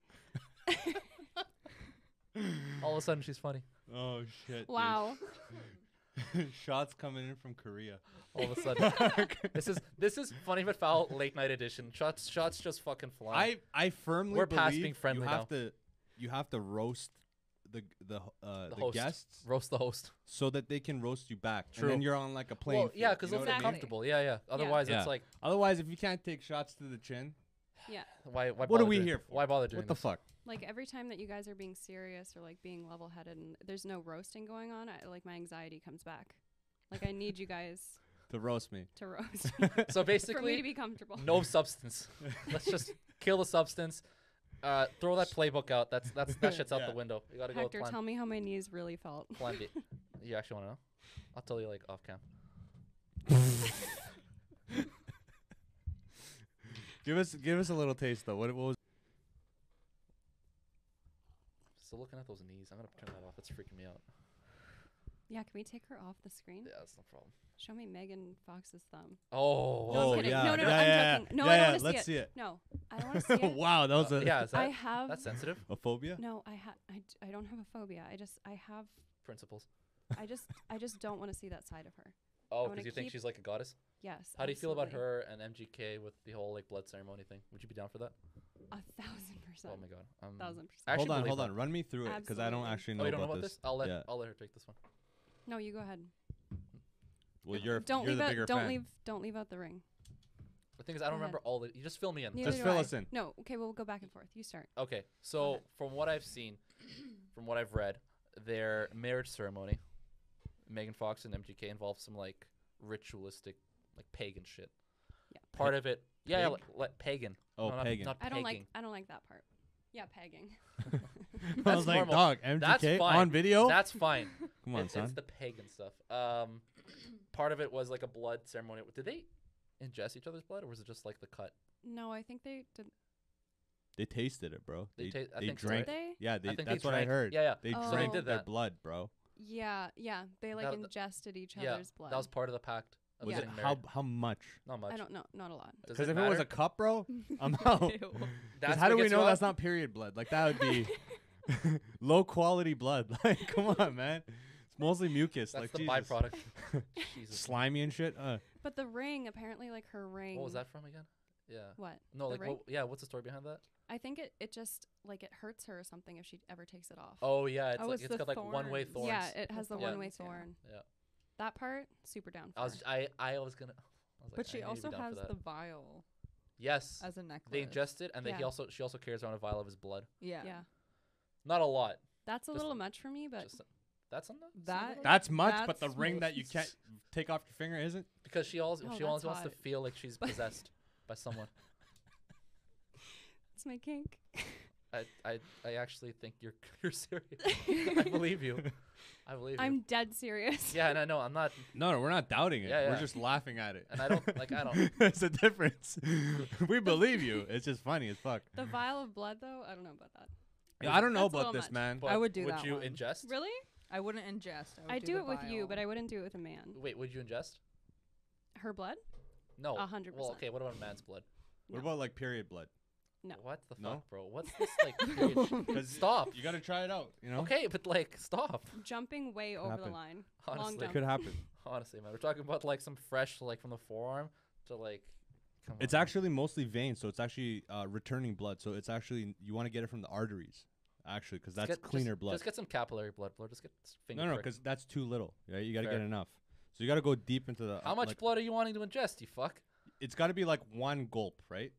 Speaker 1: All of a sudden, she's funny.
Speaker 2: Oh shit. dude.
Speaker 3: Wow.
Speaker 2: Shots coming in from Korea.
Speaker 1: All of a sudden, this is this is funny but foul late night edition. Shots, shots, just fucking flying.
Speaker 2: I I firmly
Speaker 1: We're past
Speaker 2: believe
Speaker 1: being friendly
Speaker 2: you have
Speaker 1: now.
Speaker 2: to you have to roast the the h- uh,
Speaker 1: The
Speaker 2: the,
Speaker 1: host.
Speaker 2: guests
Speaker 1: roast the host.
Speaker 2: so that they can roast you back. And
Speaker 1: True.
Speaker 2: then you're on like a plane.
Speaker 1: well, yeah, because
Speaker 2: you
Speaker 1: they'll feel
Speaker 2: know what I mean?
Speaker 3: Exactly.
Speaker 1: comfortable. Yeah, yeah. Otherwise,
Speaker 2: Yeah.
Speaker 1: it's like
Speaker 2: Otherwise, if you can't take shots to the chin,
Speaker 3: yeah.
Speaker 1: why? why
Speaker 2: What are
Speaker 1: bother
Speaker 2: we
Speaker 1: doing-
Speaker 2: here for?
Speaker 1: Why bother doing
Speaker 2: what the
Speaker 1: this?
Speaker 2: fuck?
Speaker 3: Like every time that you guys are being serious or like being level headed and there's no roasting going on, I, like my anxiety comes back. Like I need you guys
Speaker 2: To roast me.
Speaker 3: to roast
Speaker 1: So
Speaker 3: for me to
Speaker 1: basically,
Speaker 3: be comfortable.
Speaker 1: no substance. Let's just kill the substance. Uh, throw that playbook out. That's that's that shit's out
Speaker 2: Yeah.
Speaker 1: the window. You gotta go
Speaker 3: Hector,
Speaker 1: with plan,
Speaker 3: tell me how my knees really felt.
Speaker 1: plan B. You actually want to know? I'll tell you like off cam.
Speaker 2: Give us give us a little taste though. What, what was
Speaker 1: So looking at those knees, I'm gonna turn that off. That's freaking me out.
Speaker 3: Yeah, can we take her off the screen?
Speaker 1: Yeah, that's no problem.
Speaker 3: Show me Megan Fox's thumb.
Speaker 1: Oh,
Speaker 3: No, I'm
Speaker 2: Oh,
Speaker 3: kidding.
Speaker 2: yeah.
Speaker 3: No, no, no,
Speaker 2: Yeah,
Speaker 3: I'm
Speaker 2: yeah,
Speaker 3: joking. No,
Speaker 2: yeah,
Speaker 3: I
Speaker 2: yeah,
Speaker 3: don't want to see
Speaker 2: let's
Speaker 3: it.
Speaker 2: see it.
Speaker 3: No, I don't want to see it.
Speaker 2: wow, that was
Speaker 1: Uh,
Speaker 2: a
Speaker 1: yeah. Is that
Speaker 3: I have
Speaker 1: that's sensitive?
Speaker 2: a phobia.
Speaker 3: no, I ha- I, d- I don't have a phobia. I just I have
Speaker 1: Principles.
Speaker 3: I just I just don't want to see that side of her.
Speaker 1: Oh,
Speaker 3: wanna
Speaker 1: because you think
Speaker 3: keep-
Speaker 1: she's like a goddess?
Speaker 3: Yes.
Speaker 1: How do you feel about
Speaker 3: absolutely.
Speaker 1: her and MGK with the whole like blood ceremony thing? Would you be down for that?
Speaker 3: A thousand percent.
Speaker 1: Oh my god. Um,
Speaker 3: thousand percent.
Speaker 1: I actually
Speaker 2: hold on,
Speaker 1: believe
Speaker 2: hold
Speaker 1: that.
Speaker 2: on. Run me through it because I don't
Speaker 3: Absolutely.
Speaker 2: actually
Speaker 1: Oh,
Speaker 2: know,
Speaker 1: you don't know
Speaker 2: about,
Speaker 1: about this? I'll let
Speaker 2: Yeah.
Speaker 1: I'll let her take this one.
Speaker 3: No, you go ahead.
Speaker 2: Well, you're
Speaker 3: don't
Speaker 2: you're
Speaker 3: leave
Speaker 2: the
Speaker 3: out
Speaker 2: bigger
Speaker 3: don't
Speaker 2: fan.
Speaker 3: leave don't leave out the ring.
Speaker 1: The thing is, I don't
Speaker 3: Go ahead.
Speaker 1: remember all the. You just fill me in.
Speaker 3: Neither
Speaker 2: Just
Speaker 3: do
Speaker 2: fill
Speaker 3: I.
Speaker 2: us in.
Speaker 3: No, okay, well we'll go back and forth. You start.
Speaker 1: Okay, so from what I've seen, from what I've read, their marriage ceremony, Megan Fox and MGK involved some like ritualistic, like pagan shit.
Speaker 3: Yeah.
Speaker 1: Part of it, yeah,
Speaker 2: pig?
Speaker 1: like, like pagan.
Speaker 2: Oh,
Speaker 1: No, not-
Speaker 2: pagan.
Speaker 1: Not,
Speaker 3: I don't like
Speaker 1: pegging.
Speaker 3: I don't like that part. Yeah, pegging.
Speaker 2: I was
Speaker 1: That's
Speaker 2: like,
Speaker 1: normal.
Speaker 2: dog,
Speaker 1: That's
Speaker 2: MGK
Speaker 1: fine.
Speaker 2: on video.
Speaker 1: That's fine.
Speaker 2: Come on,
Speaker 1: It- It's
Speaker 2: son.
Speaker 1: the pagan stuff. Um, part of it was like a blood ceremony. Did they ingest each other's blood, or was it just like the cut?
Speaker 3: No, I think they did
Speaker 2: They tasted it, bro.
Speaker 1: They
Speaker 2: They
Speaker 1: ta- I
Speaker 2: they
Speaker 1: think so,
Speaker 2: drank.
Speaker 3: Did they?
Speaker 2: Yeah,
Speaker 1: I
Speaker 2: they,
Speaker 1: think
Speaker 2: that's
Speaker 1: they
Speaker 2: what I
Speaker 1: drank-
Speaker 2: heard.
Speaker 1: yeah, yeah.
Speaker 2: They
Speaker 3: Oh.
Speaker 2: drank
Speaker 3: They did
Speaker 2: their
Speaker 1: that.
Speaker 2: blood, bro.
Speaker 3: Yeah, yeah. They like
Speaker 1: That- th-
Speaker 3: ingested each
Speaker 1: yeah,
Speaker 3: other's blood.
Speaker 1: That was part of the pact. Of
Speaker 2: Was
Speaker 3: Yeah.
Speaker 2: it
Speaker 1: getting
Speaker 2: how
Speaker 1: married.
Speaker 2: how much?
Speaker 1: Not much.
Speaker 3: I don't know, not a lot.
Speaker 1: Does
Speaker 2: Because
Speaker 1: it
Speaker 2: if it was
Speaker 1: matter?
Speaker 2: a cup, bro, I'm out.
Speaker 4: Ew.
Speaker 2: 'Cause
Speaker 1: That's
Speaker 2: how
Speaker 1: what
Speaker 2: do we
Speaker 1: gets you
Speaker 2: know
Speaker 1: off?
Speaker 2: that's not period blood? Like that would be low quality blood. Like, come on, man. It's mostly mucus.
Speaker 1: That's
Speaker 2: like
Speaker 1: the
Speaker 2: Jesus.
Speaker 1: byproduct. Jesus.
Speaker 2: Slimy and shit. Uh,
Speaker 3: But the ring, apparently, like her ring.
Speaker 1: What was that from again? Yeah.
Speaker 3: What?
Speaker 1: No,
Speaker 3: The
Speaker 1: like,
Speaker 3: ring?
Speaker 1: what, yeah. What's the story behind that?
Speaker 3: I think it, it just like it hurts her or something if she ever takes it off.
Speaker 1: Oh yeah, it's
Speaker 4: Oh,
Speaker 1: like
Speaker 4: it's
Speaker 1: it's
Speaker 4: the
Speaker 1: got like one way thorns.
Speaker 4: thorns.
Speaker 3: yeah, it
Speaker 4: The
Speaker 3: has the
Speaker 1: thorns,
Speaker 3: one way
Speaker 4: yeah.
Speaker 3: thorn.
Speaker 1: Yeah.
Speaker 3: That part, super down. For
Speaker 1: I was I I was gonna. I was like,
Speaker 4: But
Speaker 1: I
Speaker 4: she
Speaker 1: need to be
Speaker 4: also
Speaker 1: down for
Speaker 4: has
Speaker 1: that.
Speaker 4: the vial
Speaker 1: yes.
Speaker 4: as a necklace.
Speaker 1: They ingest it, and then he
Speaker 3: Yeah.
Speaker 1: also she also carries around a vial of his blood.
Speaker 4: Yeah.
Speaker 3: her. yeah.
Speaker 1: Not a lot.
Speaker 3: That's a
Speaker 1: Just-
Speaker 3: little much for me, but
Speaker 1: just that's enough.
Speaker 4: That
Speaker 2: that's much, but the
Speaker 4: That's
Speaker 2: ring that you
Speaker 4: most-
Speaker 2: can't take off your finger isn't.
Speaker 1: Because she also
Speaker 3: Oh,
Speaker 1: she always
Speaker 3: that's
Speaker 1: wants to
Speaker 3: hot.
Speaker 1: feel like she's possessed by someone.
Speaker 3: it's my kink.
Speaker 1: I I I actually think you're you're serious. I believe you. I believe you.
Speaker 3: I'm dead serious.
Speaker 1: yeah, and I know I'm not.
Speaker 2: No, no, we're not doubting it.
Speaker 1: Yeah,
Speaker 2: We're
Speaker 1: yeah.
Speaker 2: just laughing at it.
Speaker 1: And I don't- like, I don't-
Speaker 2: It's a difference. we believe you. It's just funny as fuck.
Speaker 3: The vial of blood, though, I don't know about that.
Speaker 2: Yeah, I don't know
Speaker 3: That's a
Speaker 2: about
Speaker 3: little
Speaker 2: this,
Speaker 3: much.
Speaker 2: man.
Speaker 1: But
Speaker 4: would do
Speaker 1: Would
Speaker 4: that
Speaker 1: you
Speaker 4: one.
Speaker 1: ingest?
Speaker 3: Really?
Speaker 4: I wouldn't ingest. I, would
Speaker 3: I do
Speaker 4: the
Speaker 3: it with you, but
Speaker 4: vial.
Speaker 3: I wouldn't do it with a man.
Speaker 1: Wait, would you ingest?
Speaker 3: Her blood?
Speaker 1: No.
Speaker 3: A hundred
Speaker 1: Well,
Speaker 3: percent.
Speaker 1: okay. What about a man's blood?
Speaker 2: What
Speaker 3: No.
Speaker 2: about like period blood?
Speaker 3: No.
Speaker 1: What the
Speaker 2: No?
Speaker 1: fuck, bro? What's this like? period-
Speaker 2: 'Cause
Speaker 1: stop.
Speaker 2: You gotta try it out. You know.
Speaker 1: Okay, but like, stop.
Speaker 3: Jumping way over the
Speaker 2: happen.
Speaker 3: line. Long
Speaker 1: Honestly,
Speaker 2: It
Speaker 3: jump.
Speaker 2: could happen.
Speaker 1: honestly, man, we're talking about like some fresh, like from the forearm to like. Come
Speaker 2: It's
Speaker 1: on, man.
Speaker 2: actually mostly veins, so it's actually uh, returning blood. So it's actually you want to get it from the arteries, actually, because that's
Speaker 1: Just get-
Speaker 2: cleaner
Speaker 1: just,
Speaker 2: blood.
Speaker 1: Just get some capillary blood, blood. Just get s- finger.
Speaker 2: no, no,
Speaker 1: prick.
Speaker 2: because that's too little. Right? You got to get
Speaker 1: Fair.
Speaker 2: enough. So you got to go deep into the.
Speaker 1: how
Speaker 2: uh,
Speaker 1: much
Speaker 2: like-
Speaker 1: blood are you wanting to ingest? You fuck.
Speaker 2: It's got to be like one gulp, right?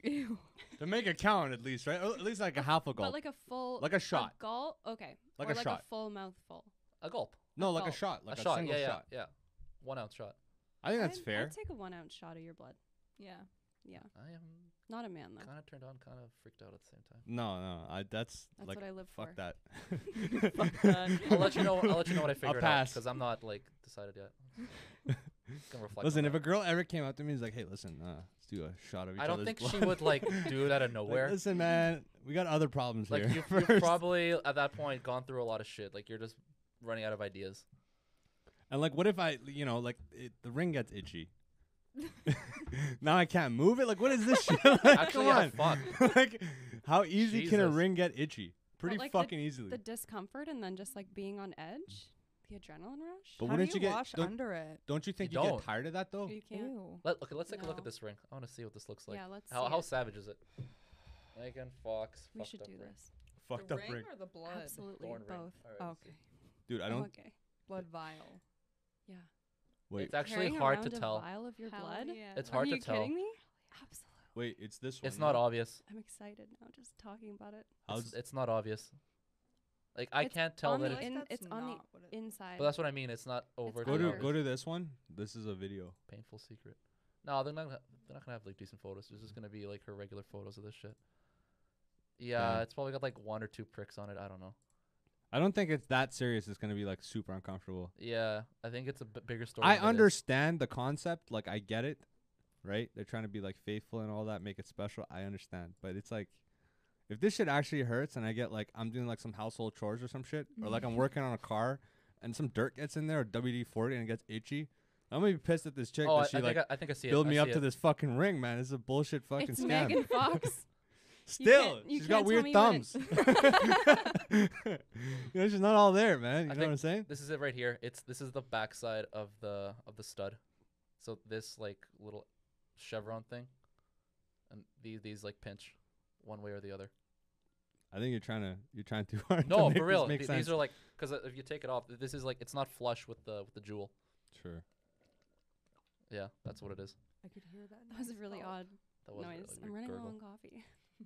Speaker 4: Ew.
Speaker 2: To make it count, at least, right? Or at least like a half a gulp.
Speaker 3: But like a full.
Speaker 2: Like a shot.
Speaker 3: A gulp? Okay.
Speaker 2: Like
Speaker 3: or
Speaker 2: a
Speaker 3: like a
Speaker 2: shot.
Speaker 3: full mouthful.
Speaker 1: A gulp.
Speaker 2: no, like a
Speaker 3: gulp.
Speaker 2: shot, like
Speaker 1: a
Speaker 2: a,
Speaker 1: shot.
Speaker 2: single
Speaker 1: yeah,
Speaker 2: shot.
Speaker 1: yeah, yeah. One ounce shot.
Speaker 2: I think that's
Speaker 3: I'd-
Speaker 2: fair.
Speaker 3: I'd take a one ounce shot of your blood.
Speaker 4: Yeah.
Speaker 3: Yeah.
Speaker 1: I am
Speaker 3: Not a man, though.
Speaker 1: kind of turned on, kind of freaked out at the same time.
Speaker 2: no, no, I, that's,
Speaker 3: That's
Speaker 2: like
Speaker 3: what I live
Speaker 2: fuck
Speaker 3: for.
Speaker 2: that.
Speaker 3: Fuck that.
Speaker 1: I'll let you know. I'll let you know what I
Speaker 2: I'll
Speaker 1: figured out
Speaker 2: pass.
Speaker 1: because I'm not like decided yet. Can reflect. on
Speaker 2: Listen, if
Speaker 1: that.
Speaker 2: a girl ever came up to me and was like, "Hey, listen, uh, let's do a shot of each
Speaker 1: I don't
Speaker 2: other's
Speaker 1: think
Speaker 2: blood."
Speaker 1: she would like do it out of
Speaker 2: Like,
Speaker 1: nowhere.
Speaker 2: Listen, man, we got other problems
Speaker 1: Like,
Speaker 2: here.
Speaker 1: you've, you've
Speaker 2: first."
Speaker 1: probably at that point gone through a lot of shit. Like you're just running out of ideas.
Speaker 2: And like, what if I, you know, like it, the ring gets itchy? now I can't move it. Like, what is this shit? Like,
Speaker 1: Actually, yeah,
Speaker 2: come on. like, how easy can a
Speaker 1: Jesus.
Speaker 2: ring get itchy? Pretty
Speaker 3: like, the-
Speaker 2: fucking easily.
Speaker 3: The discomfort and then just like being on
Speaker 2: Mm.
Speaker 3: edge, the adrenaline rush.
Speaker 2: but
Speaker 4: How do
Speaker 2: wouldn't
Speaker 4: you,
Speaker 2: get?
Speaker 4: wash
Speaker 2: don't,
Speaker 4: under it?
Speaker 2: don't you think
Speaker 1: You
Speaker 2: you,
Speaker 1: don't.
Speaker 2: get tired of that though?
Speaker 3: you can't.
Speaker 4: Ew.
Speaker 1: Let, okay, let's take a look
Speaker 3: No.
Speaker 1: at this ring. I want to see what this looks like.
Speaker 3: yeah, let's
Speaker 1: how
Speaker 3: see
Speaker 1: how
Speaker 3: it.
Speaker 1: savage is it? Megan Fox.
Speaker 3: We
Speaker 1: fucked
Speaker 3: should
Speaker 1: up
Speaker 3: do
Speaker 1: ring.
Speaker 3: this.
Speaker 2: Fucked
Speaker 4: the
Speaker 2: up
Speaker 4: ring,
Speaker 2: ring,
Speaker 4: or the blood?
Speaker 3: Absolutely,
Speaker 1: Thorn ring.
Speaker 3: both.
Speaker 1: Alright, let's see.
Speaker 3: okay.
Speaker 2: dude. I don't.
Speaker 3: okay.
Speaker 4: Blood vial.
Speaker 3: Yeah.
Speaker 2: Wait,
Speaker 1: It's actually
Speaker 3: Carrying
Speaker 1: hard to
Speaker 3: around a
Speaker 1: tell.
Speaker 3: vial of your
Speaker 4: Hell
Speaker 3: blood?
Speaker 4: yeah.
Speaker 1: It's
Speaker 3: Are
Speaker 1: hard to
Speaker 3: you
Speaker 1: tell.
Speaker 3: kidding me? Absolutely.
Speaker 2: wait, it's this one.
Speaker 1: It's not
Speaker 2: no?
Speaker 1: obvious.
Speaker 3: I'm excited now just talking about it.
Speaker 2: How's
Speaker 1: It's, it's not obvious. Like I
Speaker 3: It's
Speaker 1: can't tell
Speaker 3: on
Speaker 1: that.
Speaker 3: the
Speaker 1: It's,
Speaker 3: in- it's on the
Speaker 4: not what it-
Speaker 3: Inside.
Speaker 1: but that's what I mean. It's not overt.
Speaker 2: go to
Speaker 3: under.
Speaker 2: go to this one. This is a video.
Speaker 1: painful secret. No, they're not. gonna- They're not gonna have like decent photos. This is gonna be like her regular photos of this shit. Yeah,
Speaker 2: Yeah.
Speaker 1: it's probably got like one or two pricks on it. I don't know.
Speaker 2: I don't think it's that serious. It's gonna be like super uncomfortable.
Speaker 1: Yeah, I think it's a b- bigger story.
Speaker 2: I
Speaker 1: than it is.
Speaker 2: understand the concept. Like I get it, right? They're trying to be like faithful and all that, make it special. I understand, but it's like, if this shit actually hurts, and I get like I'm doing like some household chores or some shit, or like I'm
Speaker 1: Mm-hmm.
Speaker 2: working on a car, and some dirt gets in there or WD forty and it gets itchy, I'm gonna be pissed at this chick
Speaker 1: Oh, I, I
Speaker 2: that she like
Speaker 1: think I, I think I see it.
Speaker 2: build
Speaker 1: I
Speaker 2: me up
Speaker 1: see
Speaker 2: to
Speaker 1: it.
Speaker 2: this fucking ring, man. This is a bullshit fucking
Speaker 3: it's
Speaker 2: scam.
Speaker 3: Megan Fox.
Speaker 2: Still,
Speaker 3: you
Speaker 2: she's
Speaker 3: can't tell
Speaker 2: got weird
Speaker 3: me when it-
Speaker 2: thumbs. you know, she's not all there, man. You
Speaker 1: I
Speaker 2: know what
Speaker 1: think
Speaker 2: I'm saying?
Speaker 1: This is it right here. It's this is the backside of the of the stud. So this like little chevron thing, and these these like pinch, one way or the other.
Speaker 2: I think you're trying to you're trying too hard. to
Speaker 1: No,
Speaker 2: make
Speaker 1: for real.
Speaker 2: This make
Speaker 1: th-
Speaker 2: sense.
Speaker 1: These are like because if you take it off, th- this is like it's not flush with the with the jewel.
Speaker 2: sure.
Speaker 1: Yeah, that's what it is.
Speaker 4: I could hear that. Oh,
Speaker 3: That was a really odd
Speaker 1: That was
Speaker 3: noise.
Speaker 1: a
Speaker 3: I'm
Speaker 1: weird
Speaker 3: running
Speaker 1: gurgle.
Speaker 3: low on coffee.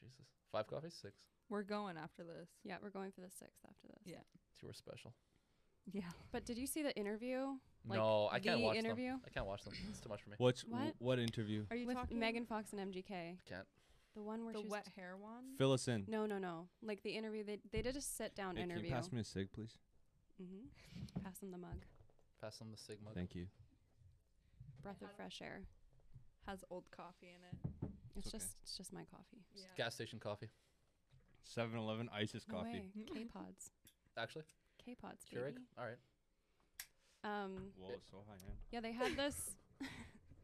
Speaker 1: Jesus, five coffees, six.
Speaker 4: We're going after this.
Speaker 3: Yeah, we're going for the sixth after this.
Speaker 4: Yeah.
Speaker 1: Two were special.
Speaker 4: Yeah.
Speaker 3: But did you see the interview? Like,
Speaker 1: no, I can't
Speaker 3: the
Speaker 1: watch
Speaker 3: interview?
Speaker 1: them. I can't watch them. It's too much for me.
Speaker 2: What's
Speaker 3: What?
Speaker 2: what? what interview?
Speaker 4: Are you
Speaker 3: with
Speaker 4: talking
Speaker 3: Megan Fox and MGK.
Speaker 1: Can't.
Speaker 3: The one where
Speaker 4: the
Speaker 3: she was
Speaker 4: wet hair one?
Speaker 2: Fill us in.
Speaker 3: No, no, no. Like the interview, they they did a sit down
Speaker 2: Hey, Can
Speaker 3: interview.
Speaker 2: you pass me a cig, please?
Speaker 3: mm-hmm. pass them the mug.
Speaker 1: Pass them the Sigma.
Speaker 2: Thank you.
Speaker 3: Breath of fresh air.
Speaker 4: Has old coffee in it.
Speaker 3: It's,
Speaker 2: okay.
Speaker 3: just it's just my coffee.
Speaker 4: Yeah.
Speaker 1: Gas station coffee,
Speaker 2: 7-Eleven ISIS
Speaker 3: No
Speaker 2: coffee.
Speaker 3: way. K pods.
Speaker 1: actually.
Speaker 3: K pods.
Speaker 1: Keurig.
Speaker 3: Baby.
Speaker 1: All right.
Speaker 3: Um.
Speaker 2: Whoa, it's so high end.
Speaker 3: Yeah, they had this.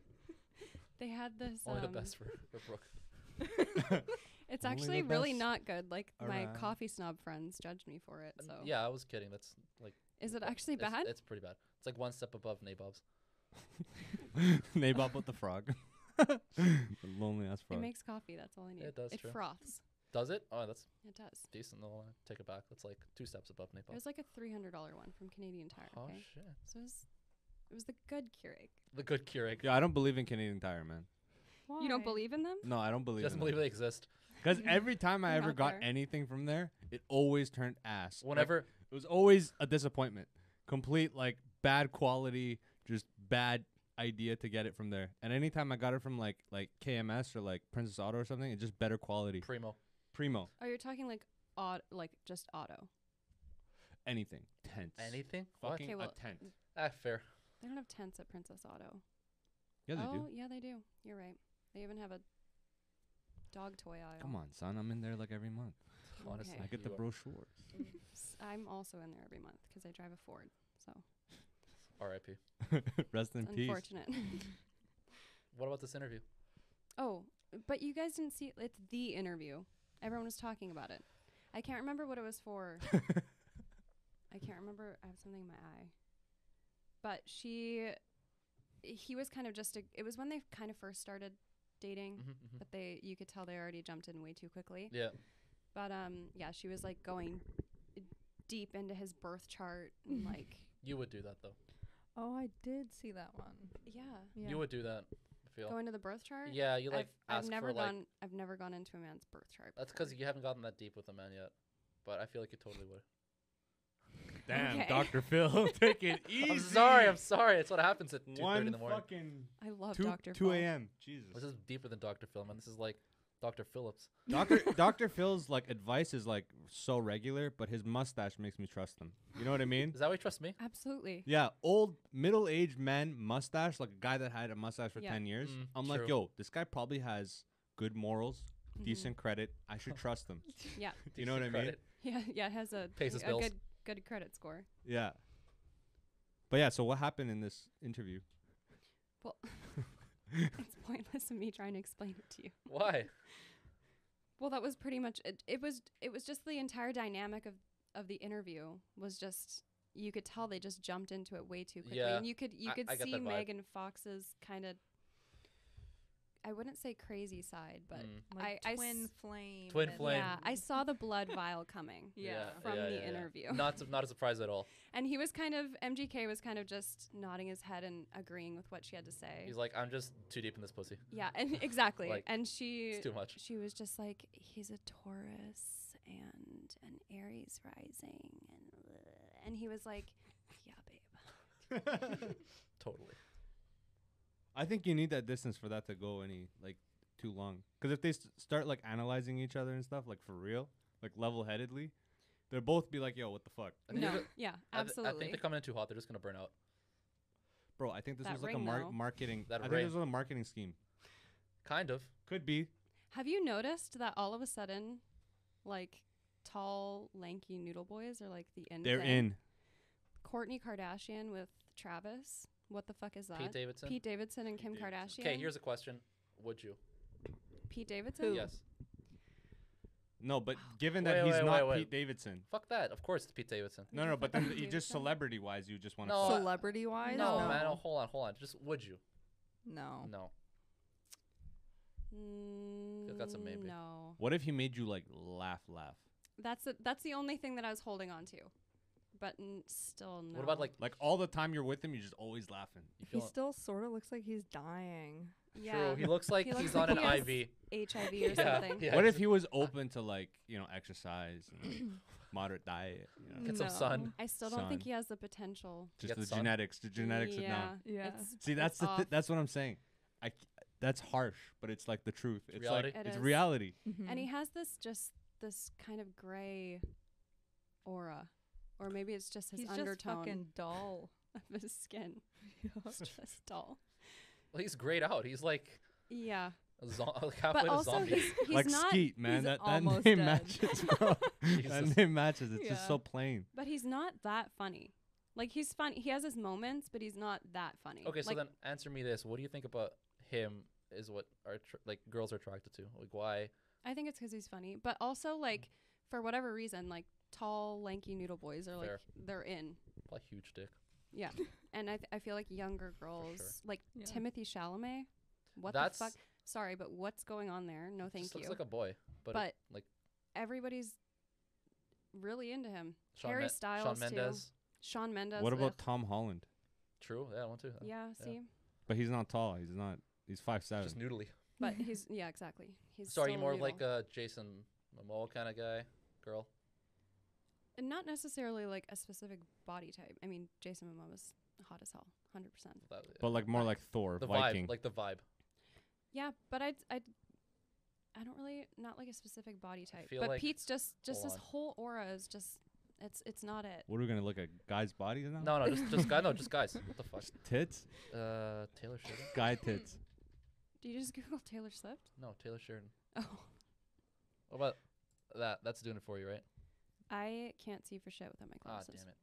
Speaker 3: they had this.
Speaker 1: Only
Speaker 3: um,
Speaker 1: the best for, for Brooke.
Speaker 3: It's
Speaker 2: Only the
Speaker 3: actually really
Speaker 2: best
Speaker 3: not good. Like
Speaker 2: around.
Speaker 3: my coffee snob friends judged me for it.
Speaker 1: N-
Speaker 3: So
Speaker 1: Yeah, I was kidding. That's like
Speaker 3: is it
Speaker 1: Well,
Speaker 3: actually
Speaker 1: it's,
Speaker 3: bad?
Speaker 1: It's pretty bad. It's like one step above Nabob's.
Speaker 2: Nabob with the frog. lonely ass
Speaker 3: It
Speaker 2: frog.
Speaker 3: makes coffee. That's all I need.
Speaker 1: It does,
Speaker 3: It
Speaker 1: true.
Speaker 3: froths.
Speaker 1: Does it? Oh, that's
Speaker 3: It does.
Speaker 1: decent. I'll uh, take it back. That's like two steps above
Speaker 3: It
Speaker 1: Nabob's.
Speaker 3: was like a three hundred dollar one from Canadian Tire.
Speaker 1: Oh
Speaker 3: okay,
Speaker 1: shit!
Speaker 3: so it was, it was the good Keurig.
Speaker 1: The good Keurig.
Speaker 2: yeah, I don't believe in Canadian Tire, man.
Speaker 3: You don't believe in them?
Speaker 2: No, I don't believe.
Speaker 1: Doesn't
Speaker 2: in
Speaker 1: believe
Speaker 2: them.
Speaker 1: they exist.
Speaker 2: Because every time I
Speaker 3: Not
Speaker 2: ever got
Speaker 3: there.
Speaker 2: anything from there, it always turned ass. Like,
Speaker 1: Whenever
Speaker 2: it was always a disappointment. Complete like bad quality, just bad idea to get it from there. And anytime I got it from like like KMS or like Princess Auto or something, it's just better quality.
Speaker 1: Primo,
Speaker 2: Primo,
Speaker 3: Oh, you're talking like auto, like just auto.
Speaker 2: anything, tents,
Speaker 1: anything? What?
Speaker 2: fucking
Speaker 3: Okay, well,
Speaker 2: a tent.
Speaker 1: Ah, fair.
Speaker 3: They don't have tents at Princess Auto.
Speaker 2: Yeah, they
Speaker 3: oh,
Speaker 2: do.
Speaker 3: yeah, they do. You're right. They even have a dog toy aisle.
Speaker 2: Come on, son, I'm in there like every month.
Speaker 1: Honestly,
Speaker 3: Okay.
Speaker 2: I get the
Speaker 1: you are-
Speaker 2: brochures.
Speaker 3: S- I'm also in there every month 'cause I drive a Ford. So
Speaker 1: R.I.P.
Speaker 2: Rest in
Speaker 3: it's
Speaker 2: peace.
Speaker 3: unfortunate.
Speaker 1: What about this interview?
Speaker 3: oh, but you guys didn't see it's the interview. Everyone was talking about it. I can't remember what it was for. I can't remember. I have something in my eye. But she, he was kind of just a. It was when they kind of first started dating,
Speaker 1: Mhm, mhm.
Speaker 3: but they you could tell they already jumped in way too quickly.
Speaker 1: Yeah.
Speaker 3: But um, yeah, she was like going deep into his birth chart and like
Speaker 1: You would do that though.
Speaker 4: Oh, I did see that one.
Speaker 3: yeah,
Speaker 4: Yeah.
Speaker 1: You would do that. I feel.
Speaker 3: go into the birth chart.
Speaker 1: yeah, you like
Speaker 3: I've,
Speaker 1: ask
Speaker 3: I've never
Speaker 1: for
Speaker 3: gone.
Speaker 1: like.
Speaker 3: I've never gone into a man's birth chart.
Speaker 1: That's because you haven't gotten that deep with a man yet, but I feel like you totally would.
Speaker 2: Damn,
Speaker 3: Okay.
Speaker 2: Dr. Phil, take it easy.
Speaker 1: I'm sorry. I'm sorry. It's what happens at two
Speaker 2: One
Speaker 1: thirty in the morning.
Speaker 2: fucking
Speaker 3: I love
Speaker 2: two,
Speaker 3: Doctor.
Speaker 2: 2 a.m. Jesus.
Speaker 1: This is deeper than Doctor Phil, man. This is like Doctor Phillips.
Speaker 2: Doctor Doctor Phil's like advice is like so regular, but his mustache makes me trust him. You know what I mean?
Speaker 1: Is that why you trust me?
Speaker 3: Absolutely.
Speaker 2: Yeah, old middle aged man mustache, like a guy that had a mustache for
Speaker 3: Yeah.
Speaker 2: ten years.
Speaker 1: Mm,
Speaker 2: I'm like,
Speaker 1: true. Mm-hmm.
Speaker 2: yo, this guy probably has good morals,
Speaker 3: Mhm.
Speaker 2: decent credit. I should trust him.
Speaker 3: Yeah.
Speaker 2: You know what I
Speaker 1: Decent
Speaker 2: mean?
Speaker 1: credit.
Speaker 3: Yeah. Yeah. It has a,
Speaker 1: Pays his
Speaker 3: a
Speaker 1: bills.
Speaker 3: good good credit score.
Speaker 2: Yeah. But yeah, so what happened in this interview?
Speaker 3: It's pointless of me trying to explain it to you.
Speaker 1: Why?
Speaker 3: Well, that was pretty much it. It was it was just the entire dynamic of of the interview was just you could tell they just jumped into it way too quickly,
Speaker 1: Yeah,
Speaker 3: and you could you
Speaker 1: I-
Speaker 3: could
Speaker 1: I get
Speaker 3: see
Speaker 1: that vibe.
Speaker 3: Megan Fox's kind of I wouldn't say crazy side, but
Speaker 1: Mm.
Speaker 4: Like
Speaker 3: I- I
Speaker 4: twin
Speaker 3: s-
Speaker 4: flame.
Speaker 1: Twin
Speaker 4: and-
Speaker 1: flame.
Speaker 3: yeah, I saw the blood vial coming
Speaker 4: Yeah.
Speaker 3: from
Speaker 1: yeah,
Speaker 3: the
Speaker 1: yeah, yeah.
Speaker 3: interview,
Speaker 1: Not su- not a surprise at all.
Speaker 3: and he was kind of MGK was kind of just nodding his head and agreeing with what she had to say.
Speaker 1: He's like, I'm just too deep in this pussy.
Speaker 3: yeah, and exactly,
Speaker 1: like,
Speaker 3: and she
Speaker 1: It's too much.
Speaker 3: she was just like he's a Taurus and an Aries rising and bleh." and he was like yeah babe
Speaker 1: Totally.
Speaker 2: I think you need that distance for that to go any like too long. Because if they s start like analyzing each other and stuff, like for real, like level headedly, they'll both be like, "Yo, what the fuck,
Speaker 1: I think
Speaker 3: no
Speaker 1: they're- I
Speaker 3: yeah
Speaker 1: th- I think
Speaker 3: absolutely
Speaker 1: they're coming in too hot. They're just gonna burn out.
Speaker 2: bro?" I think this
Speaker 3: That
Speaker 2: was like a
Speaker 3: ring,
Speaker 2: mar-
Speaker 3: though.
Speaker 2: marketing.
Speaker 1: That
Speaker 2: I think
Speaker 1: ring.
Speaker 2: this was a marketing scheme.
Speaker 1: Kind of.
Speaker 2: Could be.
Speaker 3: have you noticed that all of a sudden like tall lanky noodle boys are like the in
Speaker 2: They're
Speaker 3: thing?
Speaker 2: in.
Speaker 3: Courtney Kardashian with Travis what the fuck is that
Speaker 1: Pete Davidson.
Speaker 3: Pete Davidson and
Speaker 2: Pete
Speaker 3: Kim
Speaker 2: Davidson.
Speaker 3: Kardashian
Speaker 1: Okay, here's a question. Would you?
Speaker 3: Pete Davidson
Speaker 1: Yes.
Speaker 2: No, but
Speaker 3: Oh,
Speaker 2: given that
Speaker 1: Wait,
Speaker 2: he's
Speaker 1: wait,
Speaker 2: not
Speaker 1: wait, wait.
Speaker 2: Pete Davidson.
Speaker 1: Fuck that. Of course, it's Pete Davidson.
Speaker 2: No, no, but then you just
Speaker 3: Davidson?
Speaker 2: celebrity wise, you just want to.
Speaker 1: No, I-
Speaker 4: Celebrity wise?
Speaker 1: no,
Speaker 4: no.
Speaker 1: man. oh, hold on, hold on. Just would you?
Speaker 4: No.
Speaker 1: No.
Speaker 3: mm,
Speaker 1: that's a maybe.
Speaker 3: no
Speaker 2: What if he made you like laugh, laugh?
Speaker 3: that's the that's the only thing that I was holding on to but n- still no
Speaker 1: What about like?
Speaker 2: Like all the time you're with him, you're just always laughing.
Speaker 1: You
Speaker 4: He
Speaker 1: feel
Speaker 4: still sort of looks like he's dying.
Speaker 3: yeah
Speaker 1: True. He looks like
Speaker 3: He looks
Speaker 1: he's
Speaker 3: like
Speaker 1: on
Speaker 3: he
Speaker 1: an
Speaker 3: has
Speaker 1: IV.
Speaker 3: HIV or
Speaker 1: Yeah,
Speaker 3: something.
Speaker 1: yeah,
Speaker 2: what if
Speaker 1: just
Speaker 2: he was open to like you know exercise, and moderate diet, you know,
Speaker 1: Get some
Speaker 4: No.
Speaker 1: sun.
Speaker 3: I still don't think he
Speaker 2: Son.
Speaker 3: has the potential.
Speaker 2: just
Speaker 1: Get
Speaker 2: the
Speaker 1: sun.
Speaker 2: genetics, the genetics of now.
Speaker 4: Yeah.
Speaker 3: It's-
Speaker 2: See,
Speaker 3: it's
Speaker 2: that's the
Speaker 3: off.
Speaker 2: th- that's what I'm saying. I c- that's harsh, but it's like the truth. It's
Speaker 1: reality.
Speaker 2: like
Speaker 3: It
Speaker 2: it's
Speaker 3: is.
Speaker 2: reality.
Speaker 4: Mm.
Speaker 3: and he has this just this kind of gray aura, or maybe it's just his
Speaker 4: he's just
Speaker 3: undertone
Speaker 4: fucking dull.
Speaker 3: of his skin. It's just dull.
Speaker 1: Well, he's grayed out. He's like
Speaker 3: Yeah,
Speaker 1: A zo- like halfway
Speaker 3: But
Speaker 1: to
Speaker 3: also,
Speaker 1: zombie.
Speaker 3: he's, he's
Speaker 2: like
Speaker 3: not.
Speaker 2: Skeet, man.
Speaker 4: he's
Speaker 2: That that name
Speaker 4: almost dead.
Speaker 2: matches, bro.
Speaker 1: Jesus.
Speaker 2: that name matches. It's just
Speaker 4: Yeah.
Speaker 2: so plain.
Speaker 3: But he's not that funny. Like he's funny. He has his moments, but he's not that funny.
Speaker 1: Okay, so
Speaker 3: Like,
Speaker 1: then answer me this: What do you think about him? Is what are tr- like girls are attracted to? Like why?
Speaker 3: I think it's because he's funny, but also like for whatever reason, like tall, lanky noodle boys are like
Speaker 1: Fair.
Speaker 3: they're in.
Speaker 1: Probably huge dick.
Speaker 3: Yeah, and I th- I feel like younger girls like
Speaker 4: Yeah.
Speaker 3: Timothy Chalamet. What
Speaker 1: That's
Speaker 3: the fuck? Sorry, but what's going on there? No, thank
Speaker 1: just
Speaker 3: you.
Speaker 1: Looks like a boy, but, it-
Speaker 3: But-
Speaker 1: like
Speaker 3: Everybody's really into him.
Speaker 1: Shawn
Speaker 3: Harry
Speaker 1: Men-
Speaker 3: Styles
Speaker 1: Shawn
Speaker 3: too.
Speaker 1: Mendes.
Speaker 3: Sean Mendes.
Speaker 2: What about
Speaker 3: ugh.
Speaker 2: Tom Holland?
Speaker 1: True. Yeah, I want to.
Speaker 3: yeah,
Speaker 1: yeah.
Speaker 3: see,
Speaker 2: But he's not tall. He's not. He's five seven.
Speaker 1: Just noodly.
Speaker 3: but he's yeah, exactly. He's
Speaker 1: so are you
Speaker 3: still
Speaker 1: more of
Speaker 3: noodle.
Speaker 1: like a Jason Momoa kind of guy, girl?
Speaker 3: And not necessarily like a specific body type. I mean, Jason Momoa's hot as hell, hundred percent.
Speaker 1: That-
Speaker 2: but like more like Thor,
Speaker 1: the
Speaker 2: Viking.
Speaker 1: vibe, like the vibe.
Speaker 3: Yeah, but I'd, I'd, I don't really not like a specific body type.
Speaker 1: feel
Speaker 3: but
Speaker 1: like-
Speaker 3: Pete's just just
Speaker 1: hold
Speaker 3: his
Speaker 1: on.
Speaker 3: whole aura is just it's it's not it.
Speaker 2: what are we gonna look at? Guys' bodies now?
Speaker 1: No, no, just just guy. No, just guys. What the fuck?
Speaker 2: Just Tits.
Speaker 1: Uh, Taylor Sheridan.
Speaker 2: Guy tits.
Speaker 3: Do you just Google Taylor Swift?
Speaker 1: No, Taylor Sheridan.
Speaker 3: Oh,
Speaker 1: What about that? That's doing it for you, right?
Speaker 3: I can't see for shit without my
Speaker 1: Ah,
Speaker 3: glasses.
Speaker 1: damn it.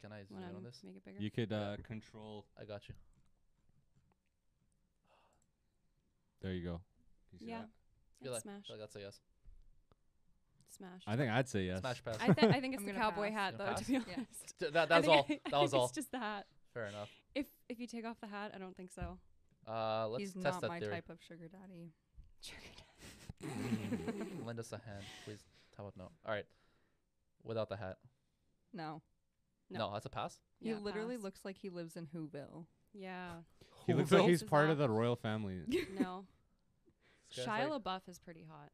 Speaker 1: Can I zoom
Speaker 3: When
Speaker 1: in on
Speaker 3: I'm
Speaker 1: this?
Speaker 3: make it bigger.
Speaker 2: You could uh, control.
Speaker 1: I got you.
Speaker 2: There you go. You see
Speaker 3: Yeah.
Speaker 2: that?
Speaker 3: It's
Speaker 1: Feel like,
Speaker 3: smash,
Speaker 1: feel like that's a yes.
Speaker 3: smash.
Speaker 2: I think I'd say yes.
Speaker 1: Smash pass.
Speaker 3: I, th- I think it's
Speaker 4: I'm
Speaker 3: the
Speaker 4: gonna
Speaker 3: cowboy
Speaker 4: pass.
Speaker 3: hat though.
Speaker 1: Gonna
Speaker 3: To be honest,
Speaker 4: pass? Yeah.
Speaker 1: Th- that
Speaker 3: I
Speaker 1: that was
Speaker 3: think
Speaker 1: all.
Speaker 3: I- I
Speaker 1: That was
Speaker 3: think
Speaker 1: all.
Speaker 3: It's just the hat.
Speaker 1: Fair enough.
Speaker 3: If if you take off the hat, I don't think so.
Speaker 1: Uh, let's
Speaker 4: He's
Speaker 1: test
Speaker 4: not
Speaker 1: that
Speaker 4: my
Speaker 1: theory.
Speaker 4: type of sugar daddy.
Speaker 1: Lend us a hand, please. How about no? All right. Without the hat.
Speaker 4: No.
Speaker 1: No,
Speaker 3: No.
Speaker 1: that's a pass.
Speaker 4: He
Speaker 3: Yeah,
Speaker 4: literally
Speaker 3: pass.
Speaker 4: looks like he lives in Whoville.
Speaker 3: Yeah.
Speaker 2: He looks like
Speaker 3: Whoville?
Speaker 2: he's
Speaker 3: Is
Speaker 2: part of
Speaker 3: that-
Speaker 2: the royal family.
Speaker 3: No.
Speaker 1: This guy's
Speaker 3: Shia
Speaker 1: like-
Speaker 3: LaBeouf is pretty hot,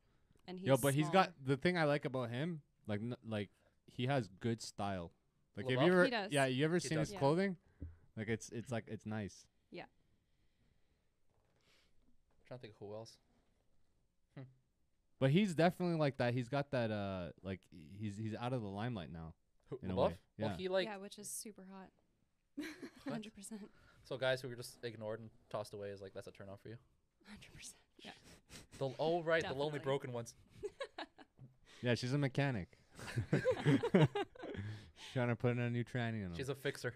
Speaker 3: and he's
Speaker 2: Yo, but he's
Speaker 3: small.
Speaker 2: got the thing I like about him, like n- like he has good style. Like have
Speaker 1: LaBeouf?
Speaker 2: you ever
Speaker 3: He does.
Speaker 2: yeah, you ever
Speaker 1: He
Speaker 2: seen
Speaker 1: does.
Speaker 2: his
Speaker 3: Yeah.
Speaker 2: clothing? Like it's it's like it's nice.
Speaker 1: trying to think of who else.
Speaker 2: But he's definitely like that. He's got that uh like he's he's out of the limelight now.
Speaker 1: Who,
Speaker 2: In a
Speaker 1: LaBeouf?
Speaker 2: way,
Speaker 1: Well,
Speaker 2: yeah.
Speaker 1: he like
Speaker 3: yeah, which is super hot.
Speaker 1: What?
Speaker 3: Hundred percent.
Speaker 1: so guys who were just ignored and tossed away is like that's a turn off for you.
Speaker 3: Hundred percent.
Speaker 1: The oh right, the lonely
Speaker 3: Definitely.
Speaker 1: broken ones.
Speaker 2: Yeah, she's a mechanic. she's trying to put in a new tranny on him.
Speaker 1: She's a fixer.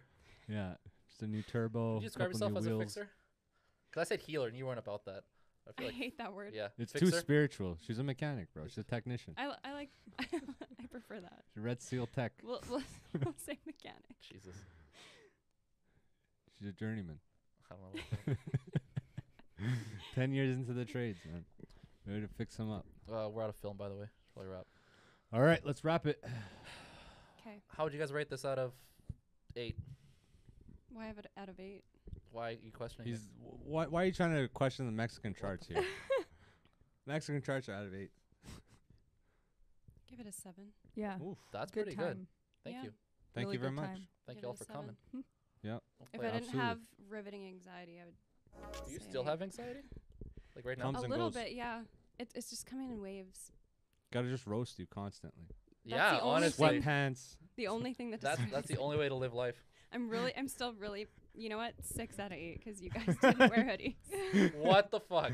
Speaker 2: yeah. Just a new turbo.
Speaker 1: Would you describe
Speaker 2: couple
Speaker 1: yourself
Speaker 2: new
Speaker 1: as
Speaker 2: wheels.
Speaker 1: a fixer? Because I said healer and you weren't about that. I
Speaker 3: I
Speaker 1: feel like
Speaker 3: hate that word.
Speaker 1: yeah,
Speaker 2: It's
Speaker 1: fixer.
Speaker 2: too spiritual. She's a mechanic, bro. She's a technician.
Speaker 3: I, li- I like. I prefer that.
Speaker 2: She's a red seal tech.
Speaker 3: We'll, we'll, we'll say mechanic.
Speaker 1: Jesus,
Speaker 2: She's a journeyman.
Speaker 1: I don't know. What
Speaker 2: Ten years into the trades, man. Ready to fix them up.
Speaker 1: the- uh, we're out of film, by the way. Should Probably wrap.
Speaker 2: All right, let's wrap it.
Speaker 3: Okay.
Speaker 1: How would you guys rate this out of eight?
Speaker 3: Why have it out of eight?
Speaker 1: Why are you questioning?
Speaker 2: He's
Speaker 1: it?
Speaker 2: wh- why, why are you trying to question the Mexican charts here? Mexican charts are out of eight.
Speaker 3: Give it a seven.
Speaker 4: Yeah.
Speaker 2: Oof.
Speaker 1: That's
Speaker 4: good
Speaker 1: pretty
Speaker 4: time.
Speaker 1: good. Thank
Speaker 3: Yeah.
Speaker 1: you.
Speaker 2: Thank
Speaker 4: Really
Speaker 2: you very
Speaker 4: good
Speaker 2: much.
Speaker 4: time.
Speaker 1: Thank you
Speaker 3: Give it
Speaker 1: all
Speaker 3: a
Speaker 1: for
Speaker 3: seven.
Speaker 1: coming.
Speaker 2: Yep.
Speaker 1: Don't
Speaker 3: If
Speaker 1: play
Speaker 3: I
Speaker 1: it.
Speaker 3: didn't
Speaker 2: Oh, absolutely.
Speaker 3: have riveting anxiety, I would.
Speaker 1: Do you
Speaker 3: say Um,
Speaker 1: still
Speaker 3: an
Speaker 1: have anxiety? Like right now?
Speaker 2: Comes
Speaker 3: eight. a
Speaker 2: and
Speaker 3: little
Speaker 2: goes.
Speaker 3: bit? Yeah. It, it's just coming in waves.
Speaker 2: Gotta just roast you constantly.
Speaker 1: yeah,
Speaker 3: the only thing-
Speaker 1: honestly,
Speaker 2: Sweatpants.
Speaker 3: The only thing that
Speaker 1: that's
Speaker 3: describes
Speaker 1: that's the
Speaker 3: it.
Speaker 1: only way to live life.
Speaker 3: I'm really. I'm still really. You know what? Six out of eight because you guys didn't wear hoodies.
Speaker 1: what the fuck?